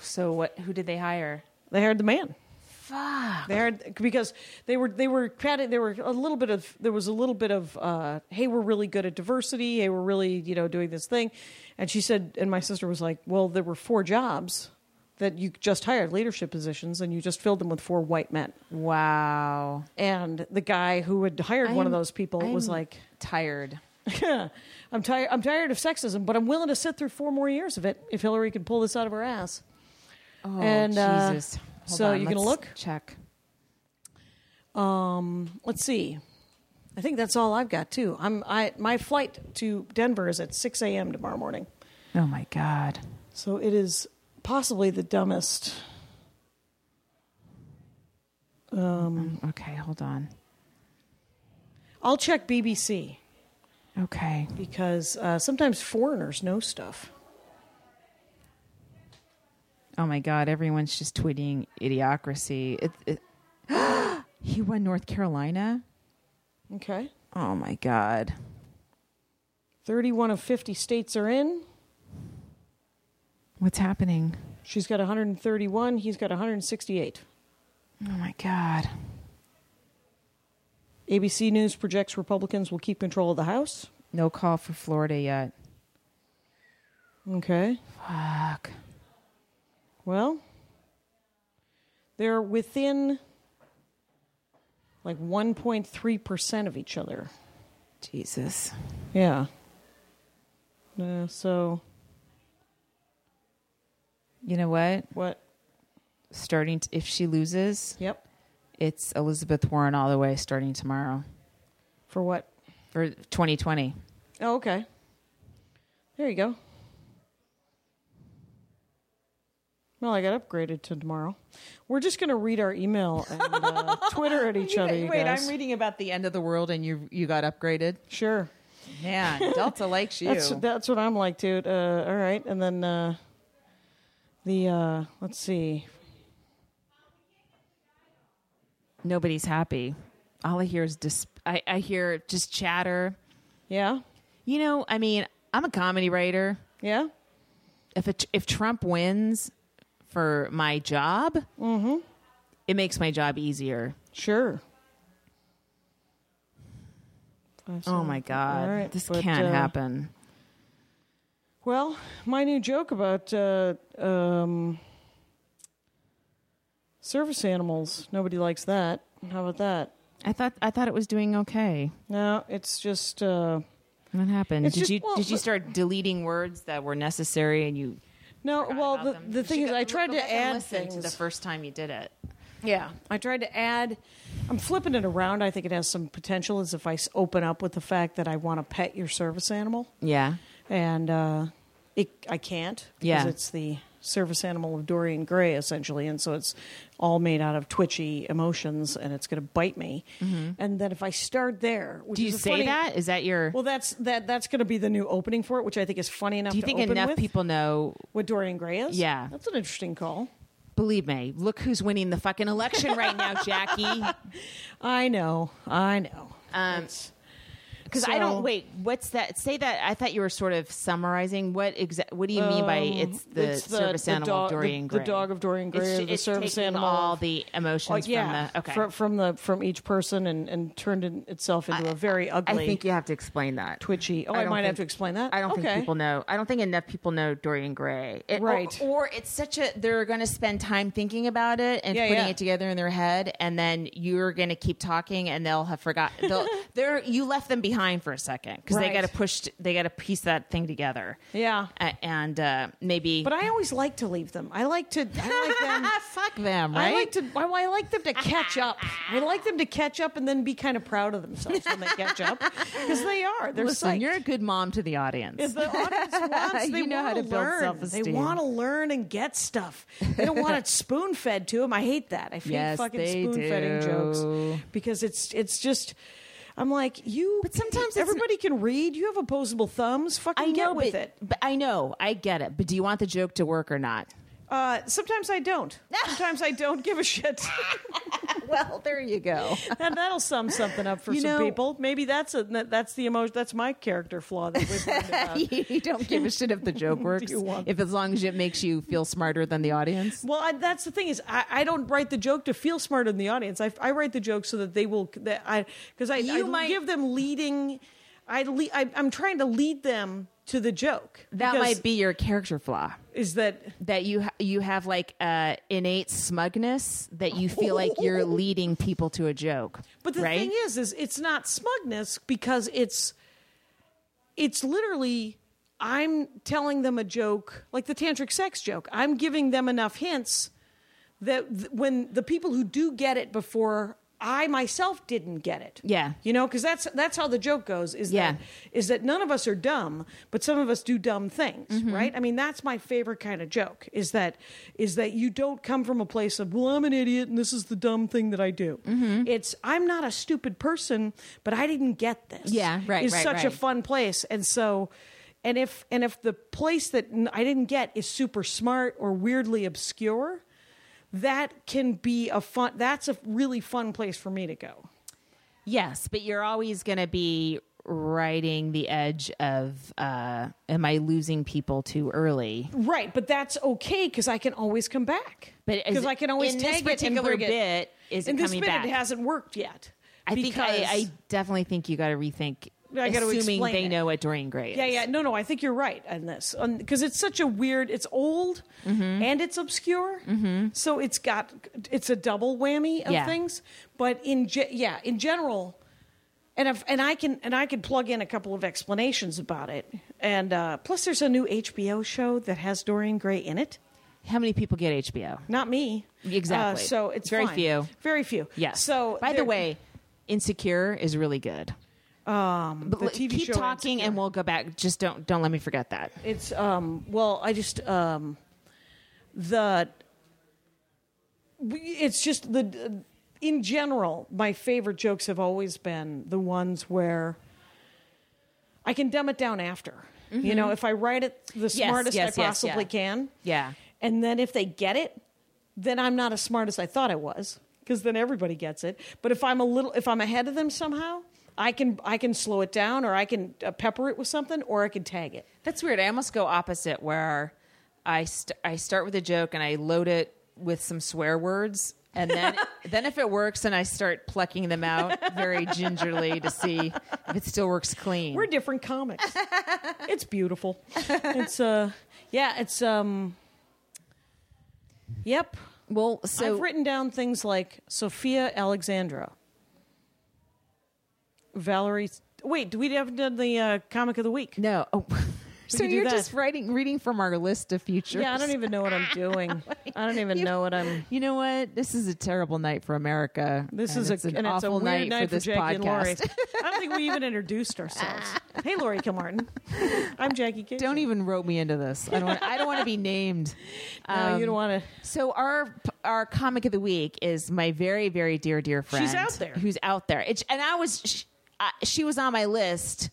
C: So what who did they hire?
D: They hired the man.
C: Fuck.
D: They hired because they were they were padding. They were a little bit of there was a little bit of uh, hey, we're really good at diversity. Hey, we're really you know doing this thing. And she said, and my sister was like, well, there were four jobs that you just hired leadership positions, and you just filled them with four white men.
C: Wow.
D: And the guy who had hired one of
C: I'm-
D: those people was
C: I'm
D: like,
C: tired.
D: I'm tired I'm tired of sexism, but I'm willing to sit through four more years of it if Hillary can pull this out of her ass.
C: Oh
D: And, uh,
C: Jesus. Hold
D: so
C: on,
D: you gonna
C: let's
D: look?
C: Check.
D: Um, let's see. I think that's all I've got too. I'm I my flight to Denver is at six AM tomorrow morning.
C: Oh my god.
D: So it is possibly the dumbest
C: Okay, hold on.
D: I'll check BBC
C: Okay.
D: because uh, sometimes foreigners know stuff.
C: Oh my God! Everyone's just tweeting idiocracy. It, it, he won North Carolina.
D: Okay.
C: Oh my God!
D: 31 of 50 states are in.
C: What's happening?
D: She's got 131. He's got 168.
C: Oh my God!
D: ABC News projects Republicans will keep control of the House.
C: No call for Florida yet.
D: Okay.
C: Fuck.
D: Well, they're within like 1.3% of each other.
C: Jesus.
D: Yeah. Uh, so,
C: You know what?
D: what?
C: Starting t if she loses,
D: Yep.
C: it's Elizabeth Warren all the way starting tomorrow
D: For what?
C: for 2020.
D: Oh, okay. There you go. Well, I got upgraded to tomorrow. We're just going to read our email and uh, Twitter at each other. you guys.
C: reading about the end of the world, and you you got upgraded.
D: Sure.
C: Man, Delta likes you.
D: That's that's what I'm like, dude. Uh, all right, and then uh, the uh, let's see.
C: Nobody's happy. All I hear is dis- I, I hear just chatter.
D: Yeah,
C: You know, I mean, I'm a comedy writer.
D: yeah.
C: If it, if Trump wins for my job,
D: Mm-hmm.
C: it makes my job easier.
D: Sure.
C: Oh my god,
D: All right,
C: this
D: but,
C: can't
D: uh,
C: happen.
D: Well, my new joke about uh, um, service animals. Nobody likes that. How about that?
C: I thought I thought it was doing okay.
D: No, it's just. Uh,
C: What happened?
D: It's
C: Did
D: just-
C: you
D: well,
C: did you
D: but-
C: start deleting words that were necessary and you?
D: no,
C: forgot
D: well,
C: about
D: the,
C: them?
D: the
C: You
D: thing
C: should
D: is,
C: go-
D: I
C: look-
D: tried
C: go back
D: to
C: and
D: add
C: listen to
D: things.
C: the first time you did it.
D: Yeah, I tried to add. I'm flipping it around. I think it has some potential. As if I s- open up with the fact that I want to pet your service animal,
C: Yeah,
D: and uh, it I can't because
C: Yeah.
D: it's the service animal of Dorian Gray, essentially. And so it's all made out of twitchy emotions, and it's going to bite me. And then if I start there, which
C: Mm-hmm. Do you
D: is a
C: say
D: funny-
C: that? Is that your?
D: Well, that's that. That's going to be the new opening for it, which I think is funny enough.
C: do you
D: to
C: think
D: open
C: enough
D: with
C: people know?
D: what Dorian Gray is?
C: Yeah.
D: that's an interesting call.
C: Believe me. Look who's winning the fucking election right now, Jackie.
D: I know, I know.
C: Um,
D: It's-
C: Because I
D: So-
C: don't wait. What's that? Say that. I thought you were sort of summarizing. What exa- What do you mean by it's the
D: Um, it's the-
C: service
D: the
C: animal
D: dog-
C: of Dorian
D: the- the
C: Gray?
D: dog of Dorian Gray
C: It's,
D: or the
C: it's
D: service
C: taking
D: animal
C: all
D: of-
C: the
D: Oh,
C: emotions
D: yeah,
C: from the. Okay.
D: fr- from the from each person and and turned in itself into a very ugly,
C: I think you have to explain that.
D: twitchy. Oh, I,
C: don't
D: might
C: think-
D: have to explain that.
C: I don't
D: Okay.
C: think people know. I don't think enough people know Dorian Gray. It- or-
D: Right.
C: Or, it's such a they're going to spend time thinking about it and
D: Yeah,
C: putting
D: yeah.
C: it together in their head, and then you're going to keep talking, and they'll have forgot. They'll, they're you left them behind for a second because
D: Right.
C: they got to push. They got to piece that thing together.
D: Yeah.
C: A- and uh, maybe.
D: But I always like to leave them. I like to. I like them.
C: fuck them, right?
D: I like to. I, I like them to catch up. I like them to catch up and then be kind of proud of themselves when they catch up because they are. They're
C: Listen,
D: psyched.
C: you're a good mom to the audience.
D: If the audience wants, they
C: You know how
D: want
C: to
D: to
C: build
D: learn. They
C: self-esteem.
D: want to learn and get stuff. They don't want it spoon fed to them. I hate that. I hate
C: Yes,
D: fucking
C: they
D: spoon fedding jokes
C: do.
D: because it's it's just. I'm like you.
C: But sometimes it's-
D: everybody can read. You have opposable thumbs. Fucking
C: I know,
D: get with
C: but,
D: it.
C: but I know, I get it. But do you want the joke to work or not?
D: Uh, sometimes I don't. Sometimes I don't give a shit.
C: Well, there you go.
D: and that'll sum something up for
C: You
D: some
C: know-
D: people. Maybe that's a that- that's the emotion. That's my character flaw that we're talking about.
C: you don't give a shit if the joke works,
D: you want-
C: if as long as it makes you feel smarter than the audience.
D: Well, I, that's the thing is I, I don't write the joke to feel smarter than the audience. I, I write the joke so that they will that I because I, I
C: You might-
D: give them leading. I, le- I I'm trying to lead them to the joke.
C: That
D: because
C: might be your character flaw
D: is that
C: that you ha- you have like uh, innate smugness that you feel like you're leading people to a joke.
D: But the
C: right?
D: thing is, is it's not smugness because it's it's literally I'm telling them a joke, like the tantric sex joke. I'm giving them enough hints that th- when the people who do get it before I myself didn't get it.
C: Yeah.
D: You know, because that's that's how the joke goes. Is
C: Yeah.
D: that is that none of us are dumb, but some of us do dumb things,
C: Mm-hmm.
D: right? I mean, that's my favorite kind of joke. Is that is that you don't come from a place of well, I'm an idiot, and this is the dumb thing that I do.
C: Mm-hmm.
D: It's I'm not a stupid person, but I didn't get this.
C: Yeah, right,
D: Is
C: right,
D: such a
C: right.
D: fun place, and so. And if and if the place that n- I didn't get is super smart or weirdly obscure, that can be a fun. That's a really fun place for me to go.
C: Yes, but you're always going to be riding the edge of uh, am I losing people too early?
D: Right, but that's okay because I can always come back.
C: But is
D: because I
C: it-
D: can always
C: in
D: tag
C: this
D: it and
C: particular
D: bring it-
C: bit, is it
D: in this
C: coming
D: bit
C: back?
D: it hasn't worked yet.
C: I think I,
D: because-
C: I definitely think you got to rethink.
D: I gotta
C: assuming
D: explain
C: they
D: it.
C: know what Dorian Gray is.
D: yeah yeah no no I think you're right on this because it's such a weird it's old
C: Mm-hmm.
D: and it's obscure so it's got it's a double whammy of
C: Yeah.
D: things but in ge- yeah in general and if, and I can and I can plug in a couple of explanations about it and uh, plus there's a new HBO show that has Dorian Gray in it.
C: How many people get HBO?
D: Not me.
C: Exactly.
D: Uh, so it's
C: Very
D: fine.
C: few.
D: Very few.
C: Yes.
D: So
C: by the
D: there-
C: way, Insecure is really good. Um, but
D: the
C: l-
D: TV
C: keep
D: show
C: talking, and we'll go back. Just don't don't let me forget that.
D: it's um. Well, I just um, the. we- It's just the, in general, my favorite jokes have always been the ones where I can dumb it down after. You know, if I write it the smartest
C: Mm-hmm. yes,
D: I
C: yes,
D: possibly
C: yeah.
D: can.
C: Yeah.
D: And then if they get it, then I'm not as smart as I thought I was because then everybody gets it. But if I'm a little, if I'm ahead of them somehow, I can I can slow it down or I can uh, pepper it with something or I can tag it.
C: That's weird. I almost go opposite where I st- I start with a joke and I load it with some swear words. And then, then if it works, and I start plucking them out very gingerly to see if it still works clean.
D: We're different comics. it's beautiful. It's uh yeah, it's um Yep.
C: well, so
D: I've written down things like Sophia Alexandra. Valerie Wait, do we haven't done the uh, comic of the week?
C: no. Oh. So
D: could do
C: you're
D: that.
C: just writing, reading from our list of futures.
D: Yeah, I don't even know what I'm doing. I don't even know what I'm
C: You know what? This is a terrible night for America.
D: This
C: and
D: is a,
C: it's an
D: and it's a
C: awful
D: weird night,
C: night, for this
D: Jackie and Laurie.
C: podcast.
D: I don't think we even introduced ourselves. Hey, Lori Kilmartin. I'm Jackie King.
C: Don't e- even rope me into this. I don't. Want, I don't want to be named.
D: you
C: um,
D: don't want to.
C: So our our comic of the week is my very very dear dear friend.
D: She's out there.
C: Who's out there? It's and I was she, uh, she was on my list.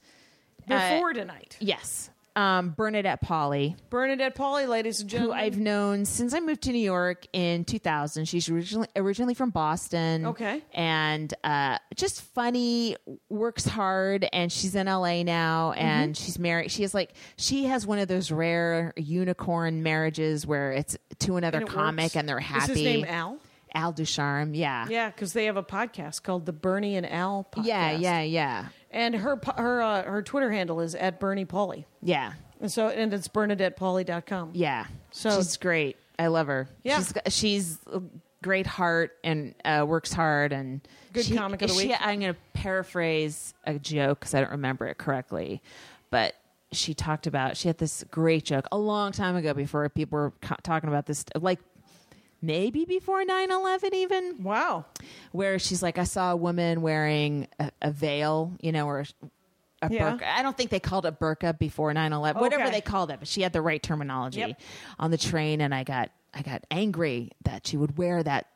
C: uh,
D: Before tonight.
C: Yes, um, Bernadette Polly,
D: Bernadette Polly, ladies and
C: who
D: gentlemen.
C: I've known since I moved to New York in 2000. She's originally originally from Boston.
D: Okay.
C: and uh, just funny, works hard, and she's in LA
D: Mm-hmm.
C: now, and she's married. She is like she has one of those rare unicorn marriages where it's to another
D: And it
C: comic,
D: works.
C: and they're
D: Is his
C: happy.
D: name Al?
C: Al Ducharme. Yeah.
D: Yeah, because they have a podcast called the Bernie and Al podcast.
C: Yeah, yeah, yeah,
D: And her po- her uh, her Twitter handle is at Bernie Polly.
C: yeah,
D: And so and it's BernadettePolly.com.
C: yeah.
D: So-
C: she's great. I love her.
D: Yeah.
C: she's, got- she's a great heart and uh, works hard and
D: Good
C: she-
D: comic of the
C: she-
D: week.
C: I'm going to paraphrase a joke because I don't remember it correctly, but she talked about she had this great joke a long time ago before people were co- talking about this like maybe before 9-11 even
D: Wow.
C: where she's like, I saw a woman wearing a, a veil, you know, or a
D: Yeah. Oh,
C: burqa. I don't think they called it burqa before 9 11, whatever
D: Okay.
C: they called it, but she had the right terminology
D: Yep.
C: on the train. And I got, I got angry that she would wear that,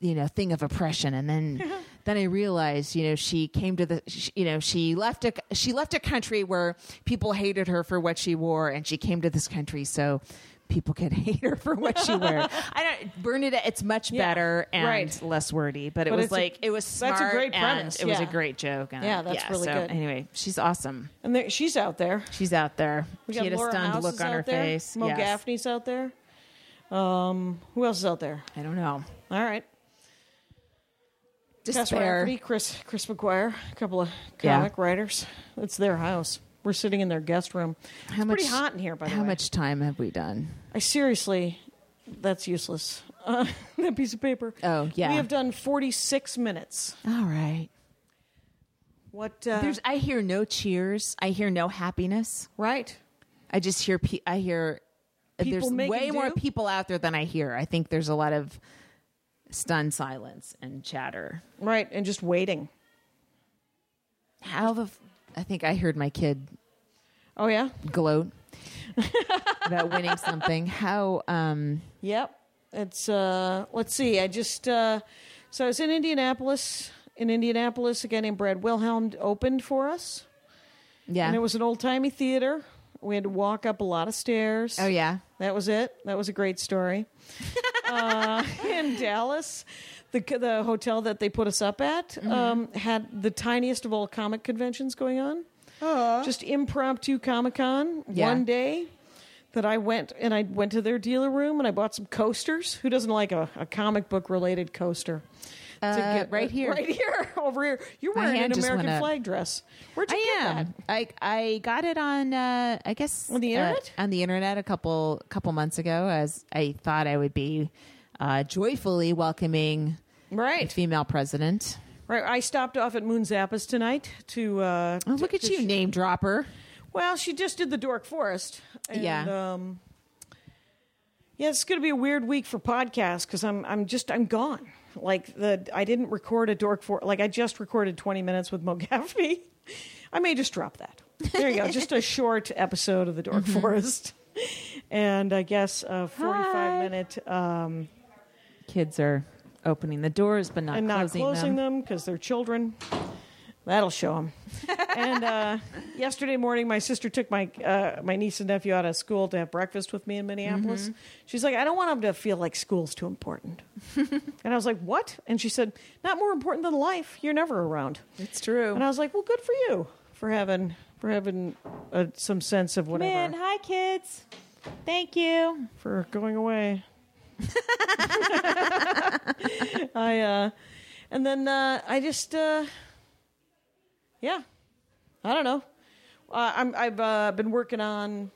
C: you know, thing of oppression. And then, then I realized, you know, she came to the, she, you know, she left a, she left a country where people hated her for what she wore and she came to this country. So, People could hate her for what she wore. I don't Bernadette. It's much
D: Yeah.
C: better and
D: Right.
C: less wordy, but it
D: But
C: was
D: it's a-
C: like it was smart
D: that's a great
C: and
D: premise,
C: it was a
D: yeah.
C: great joke. And
D: Yeah, that's really
C: so
D: good.
C: Anyway, she's awesome.
D: And there, she's out there.
C: She's out there.
D: We
C: she
D: got
C: had a
D: Laura
C: stunned
D: House
C: look
D: is
C: on
D: out
C: her
D: there.
C: face.
D: Mo
C: Yes.
D: Gaffney's out there. Um, who else is out there?
C: I don't know.
D: All right. Tess
C: Despair.
D: Rafferty, Chris Chris McGuire, a couple of
C: Yeah.
D: comic writers. It's their house. We're sitting in their guest room.
C: How
D: it's pretty
C: much-
D: hot in here, by the
C: How
D: way.
C: much time have we done?
D: I seriously, that's useless. Uh, that piece of paper.
C: Oh, yeah.
D: We have done forty six minutes.
C: All right.
D: What? Uh,
C: There's. I hear no cheers. I hear no happiness.
D: right.
C: I just hear. Pe- I hear. uh,
D: People
C: there's
D: making
C: way more
D: do?
C: people out there than I hear. I think there's a lot of stunned silence and chatter.
D: Right, and just waiting.
C: How the? F- I think I heard my kid
D: Oh yeah.
C: gloat about winning something. How um
D: Yep. It's uh let's see, I just uh so I was in Indianapolis. In Indianapolis, a guy named Brad Wilhelm opened for us.
C: yeah.
D: And it was an old timey theater. We had to walk up a lot of stairs.
C: oh yeah.
D: That was it. That was a great story. uh, in Dallas, the the hotel that they put us up at
C: Mm-hmm.
D: um, had the tiniest of all comic conventions going on. Just impromptu Comic Con
C: Yeah.
D: one day that I went and I went to their dealer room and I bought some coasters. Who doesn't like a, a comic book related coaster? To
C: Uh, right here.
D: right here, over here. You're
C: My
D: wearing
C: hand
D: an
C: just went
D: American
C: up.
D: flag dress. Where'd you
C: I
D: get that?
C: am. I I got it on uh I guess
D: On the
C: uh,
D: internet?
C: on the internet a couple couple months ago as I thought I would be uh joyfully welcoming a
D: Right,
C: female president.
D: right. I stopped off at Moon Zappas tonight to. Uh,
C: Oh, look at you, name dropper.
D: Well, she just did the Dork Forest. And,
C: Yeah.
D: Um, yeah, it's going to be a weird week for podcasts because I'm I'm just I'm gone. Like the I didn't record a Dork for like I just recorded 20 minutes with Mo Gaffney. I may just drop that. There you go, just a short episode of the Dork
C: Mm-hmm.
D: Forest, and I guess a 45
C: Hi.
D: minute um,
C: Kids are opening the doors but not
D: and not
C: closing,
D: closing
C: them.
D: them because they're children. That'll show them. and uh, yesterday morning, my sister took my uh, my niece and nephew out of school to have breakfast with me in Minneapolis.
C: Mm-hmm.
D: She's like, I don't want them to feel like school's too important. and I was like, What? And she said, Not more important than life. You're never around.
C: It's true.
D: And I was like, Well, good for you for having for having uh, some sense of whatever
C: Man, hi kids. Thank you.
D: for going away. I uh and then uh I just uh yeah. I don't know. Uh, I'm I've uh, been working on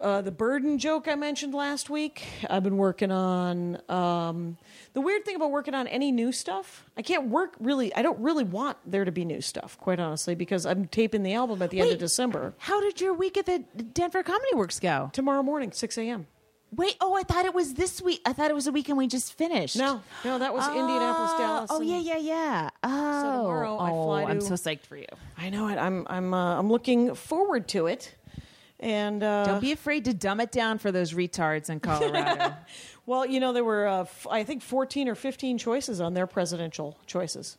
D: uh, the burden joke I mentioned last week. I've been working on um, the weird thing about working on any new stuff. I can't work really. I don't really want there to be new stuff, quite honestly, because I'm taping the album at the end of
C: Wait.
D: December
C: How did your week at the Denver Comedy Works go?
D: tomorrow morning, six a.m.
C: Wait, oh, I thought it was this week. I thought it was the weekend we just finished.
D: No, no, that was Indianapolis,
C: Oh,
D: Dallas.
C: Oh
D: and-
C: yeah, yeah, yeah. Oh,
D: tomorrow I
C: oh,
D: fly
C: I'm
D: to-
C: so psyched for you.
D: I know it. I'm I'm uh, I'm looking forward to it. And uh,
C: Don't be afraid to dumb it down for those retards in Colorado.
D: well, you know there were uh, f- I think 14 or 15 choices on their presidential choices.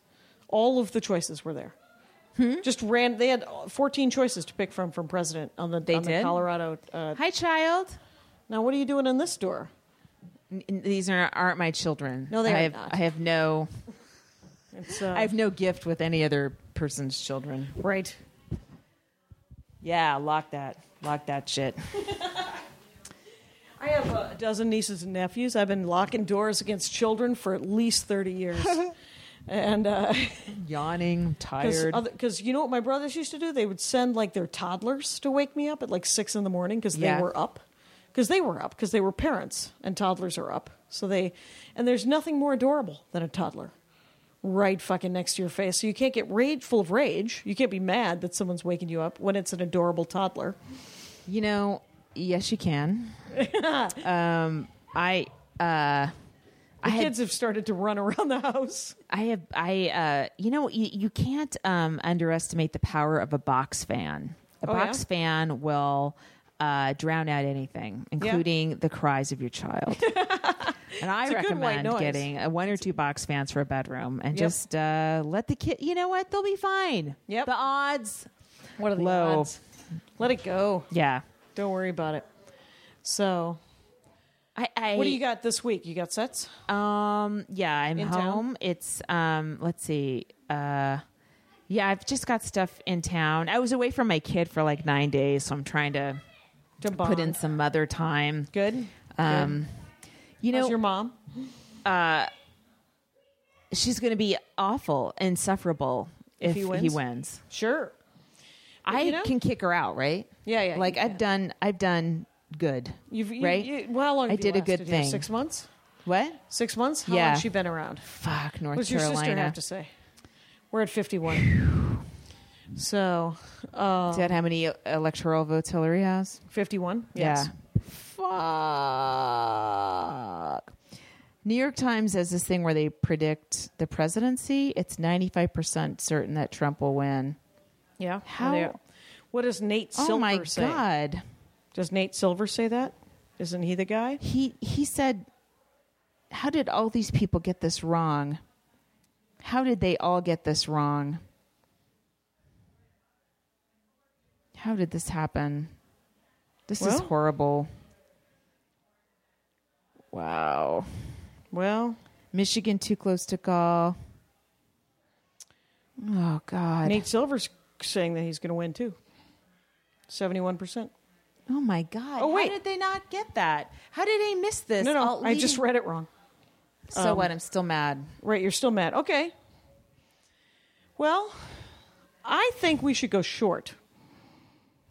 D: All of the choices were there.
C: Hmm?
D: Just ran. They had 14 choices to pick from from president on the, on the
C: did?
D: Colorado. Uh,
C: Hi, child.
D: now, what are you doing in this door?
C: N- n- these are aren't my children.
D: No, they
C: I
D: are
C: have,
D: not.
C: I have no.
D: It's, uh,
C: I have no gift with any other person's children.
D: right.
C: Yeah, lock that. Lock that shit.
D: I have a dozen nieces and nephews. I've been locking doors against children for at least 30 years. and uh,
C: Yawning, tired.
D: Because you know what my brothers used to do? They would send like their toddlers to wake me up at like six in the morning because
C: Yeah.
D: they were up. Because they were up, because they were parents, and toddlers are up. So they, and there's nothing more adorable than a toddler right fucking next to your face. So you can't get rage, full of rage. You can't be mad that someone's waking you up when it's an adorable toddler.
C: You know, yes, you can. um, I. Uh, I
D: The
C: had
D: kids have started to run around the house.
C: I have I uh you know you, you can't um underestimate the power of a box fan. A
D: Oh, yeah?
C: box fan will uh drown out anything, including the cries of your child. and I
D: It's a good white
C: recommend
D: noise.
C: getting a one or two box fans for a bedroom and just uh let the kid you know what, they'll be fine.
D: Yep.
C: The odds
D: What are the
C: Low.
D: odds? Let it go.
C: Yeah.
D: Don't worry about it. So,
C: I, I
D: what do you got this week? You got sets?
C: Um, yeah, I'm
D: In town?
C: home. It's um, let's see. Uh, yeah, I've just got stuff in town. I was away from my kid for like nine days, so I'm trying to
D: To
C: put
D: bond.
C: in some mother time.
D: Good.
C: Um, you
D: How's
C: know,
D: your mom?
C: she's going to be awful, insufferable if,
D: he wins?
C: He wins.
D: Sure.
C: I
D: you know-
C: can kick her out, right?
D: Yeah, yeah, you
C: Like I've
D: can.
C: done, I've done good.
D: You've you,
C: right?
D: You, well, how long?
C: I
D: have you
C: did a good
D: lasted here?
C: thing.
D: Six months.
C: what?
D: Six months. How
C: Yeah.
D: long she been around?
C: Fuck North
D: What's your
C: Carolina.
D: sister have to say? We're at fifty-one. so, uh,
C: Is that how many electoral votes Hillary has?
D: fifty-one. Yes.
C: Yeah. Fuck. New York Times has this thing where they predict the presidency. It's 95% certain that Trump will win.
D: Yeah. And
C: How-
D: they- What does Nate Silver
C: oh my
D: say?
C: god.
D: Does Nate Silver say that? Isn't he the guy?
C: He he said how did all these people get this wrong? How did they all get this wrong? How did this happen? This is
D: Well-
C: horrible. Wow.
D: Well,
C: Michigan too close to call. Oh God!
D: Nate Silver's saying that he's going to win too. Seventy-one percent.
C: oh my God!
D: Oh, wait.
C: How did they not get that? How did they miss this?
D: No,
C: All
D: no, I just
C: leading-
D: um, read it wrong.
C: So what? I'm still mad.
D: Right, you're still mad. Okay. Well, I think we should go short.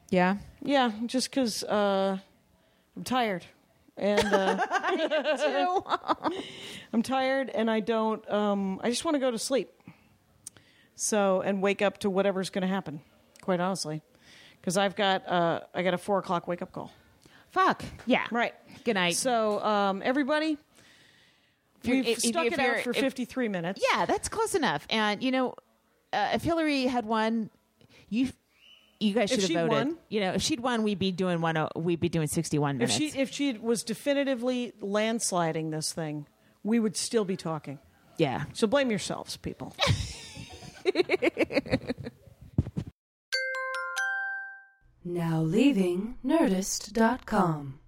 C: Yeah.
D: Yeah, just because uh, I'm tired. And uh, Uh-huh. I'm tired and I don't, um, I just want to go to sleep. So, and wake up to whatever's going to happen, quite honestly. Because I've got, uh, I got a four o'clock wake up call.
C: Fuck. Yeah.
D: Right.
C: Good night.
D: So, um, everybody,
C: you're-
D: we've
C: if- if
D: stuck
C: you're-
D: it
C: if
D: out
C: you're-
D: for
C: if-
D: 53 minutes.
C: Yeah, that's close enough. And you know, uh, if Hillary had won, you you guys should
D: If
C: have
D: she'd
C: voted.
D: won-
C: you know, if she'd won, we'd be doing one. oh- We'd be doing 61
D: If
C: minutes.
D: she if she was definitively landsliding this thing, we would still be talking.
C: yeah.
D: So blame yourselves, people.
A: Now leaving Nerdist.com.